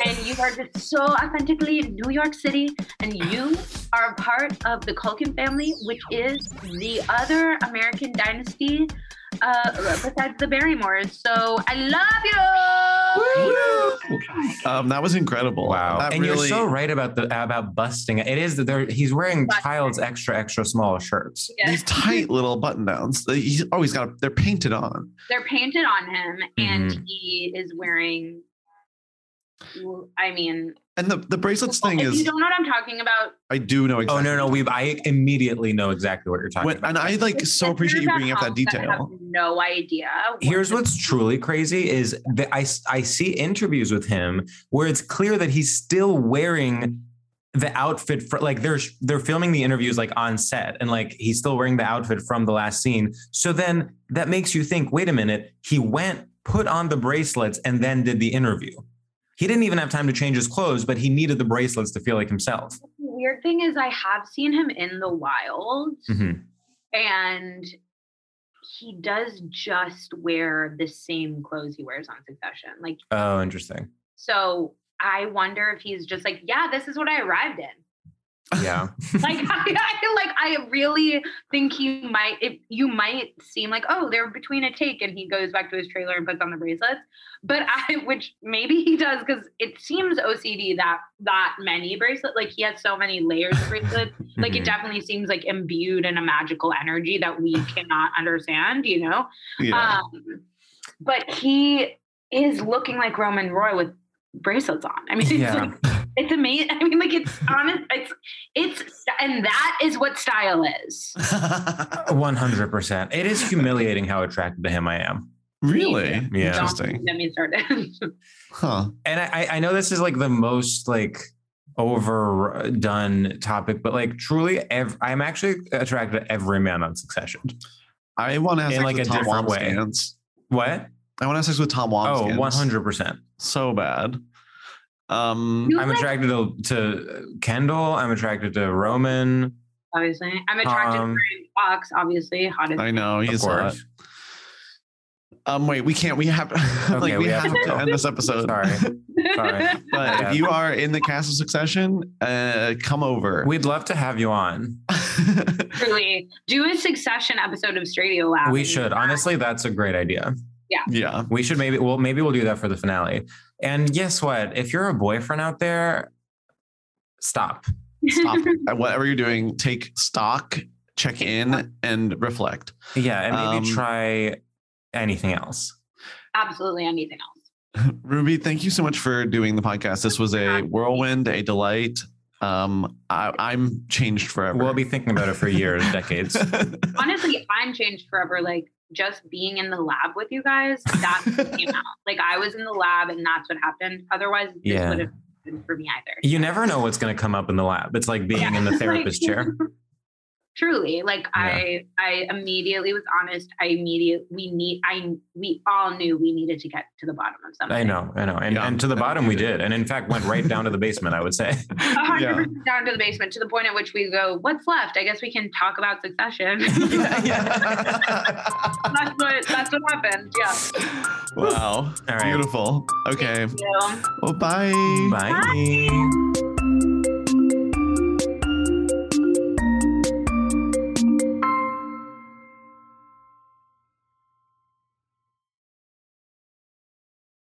S1: And you are just so authentically New York City, and you are a part of the Culkin family, which is the other American dynasty uh, besides the Barrymores. So I love you.
S7: Um, that was incredible. Wow. That
S5: and you're
S7: really-
S5: so right about the about busting. It is that they're- he's wearing child's extra extra small shirts.
S7: These tight little button downs. they- He's always got. They're painted on.
S1: They're painted on him, and
S7: Mhm.
S1: he is wearing. I mean,
S7: And the the bracelets thing
S1: if you
S7: is.
S1: don't know what I'm talking about,
S7: I do know exactly.
S5: Oh no no we I immediately know exactly what you're talking
S7: When,
S5: about.
S7: and I like so appreciate you bringing up that
S1: I have
S7: detail.
S1: no idea.
S5: Here's what's truly crazy is that I I see interviews with him where it's clear that he's still wearing the outfit for like they're they're filming the interviews like on set and like he's still wearing the outfit from the last scene. So then that makes you think, wait a minute, he went put on the bracelets and then did the interview. He didn't even have time to change his clothes, but he needed the bracelets to feel like himself.
S1: The weird thing is, I have seen him in the wild,
S7: Mm-hmm.
S5: Mhm.
S1: and he does just wear the same clothes he wears on Succession. Like,
S5: Oh, interesting.
S1: so I wonder if he's just like, yeah, this is what I arrived in.
S5: Yeah.
S1: like I, I like I really think he might if you might seem like oh they're between a take and he goes back to his trailer and puts on the bracelets but I which maybe he does because it seems OCD that that many bracelets like he has so many layers of bracelets like
S5: Mm-hmm.
S1: it
S9: Mhm.
S1: definitely seems like imbued in a magical energy that we cannot understand you know
S9: Yeah.
S1: um, but he is looking like Roman Roy with bracelets on I mean it's like it's amazing. I mean, like it's honest. It's it's and that is what style is. Uh,
S5: One hundred percent. It is humiliating how attracted to him I am.
S7: Really?
S5: Yeah.
S1: Don't Get me started.
S7: Huh.
S5: And I, I know this is like the most like overdone topic, but like truly, ev- I'm actually attracted to every man on Succession.
S2: I want to have
S5: In,
S2: sex
S5: like,
S2: with
S5: a
S2: Tom
S5: different way.
S2: Wamsgans.
S5: What?
S2: I want to have sex with Tom Wamsgans.
S5: Oh, 100%.
S2: So bad. Um,
S1: You
S5: I'm
S1: like-
S5: attracted to, to Kendall. I'm attracted to Roman.
S1: Obviously, I'm attracted
S5: Um,
S1: to Brian Fox. Obviously, hot as
S2: I know
S5: Of
S2: he's hot.
S5: course.
S2: Um, wait, we can't. We have like
S5: Okay,
S2: we,
S5: we have
S2: have,
S5: to
S2: to
S5: go.
S2: end this episode.
S5: Sorry. Sorry.
S2: But
S5: Yeah.
S2: if you are in the cast of Succession, uh, come over.
S5: We'd love to have you on.
S1: truly. Do a succession episode of Stradio Lab.
S5: We should. Honestly, that's a great idea.
S1: Yeah.
S2: yeah.
S5: We should maybe well maybe we'll do that for the finale. And guess what? If you're a boyfriend out there, stop.
S2: Stop at whatever you're doing. Take stock, check in, and reflect.
S5: Yeah, and maybe
S2: Um,
S5: try anything else.
S1: Absolutely anything else.
S2: Ruby, thank you so much for doing the podcast. This was a whirlwind, a delight. Um, I, I'm changed forever.
S5: We'll be thinking about it for years, decades.
S1: Honestly, I'm changed forever. Like just being in the lab with you guys, that came out. Like I was in the lab, and that's what happened. Otherwise, this
S5: Yeah.
S1: would have been for me either.
S5: You never know what's going to come up in the lab. It's like being
S1: Yeah,
S5: in the
S1: like-
S5: therapist chair.
S1: Truly, like I, I immediately was honest. I immediately we need. I we all knew we needed to get to the bottom of something.
S5: I know, I know. And, and to the bottom we did. And in fact went right down to the basement, I would say.
S1: A hundred
S5: Yeah.
S1: percent down to the basement to the point at which we go, what's left? I guess we can talk about succession. that's what that's what happened. Yeah.
S2: Wow.
S5: All right.
S2: Beautiful. Okay.
S1: So,
S2: Well, bye.
S5: Bye.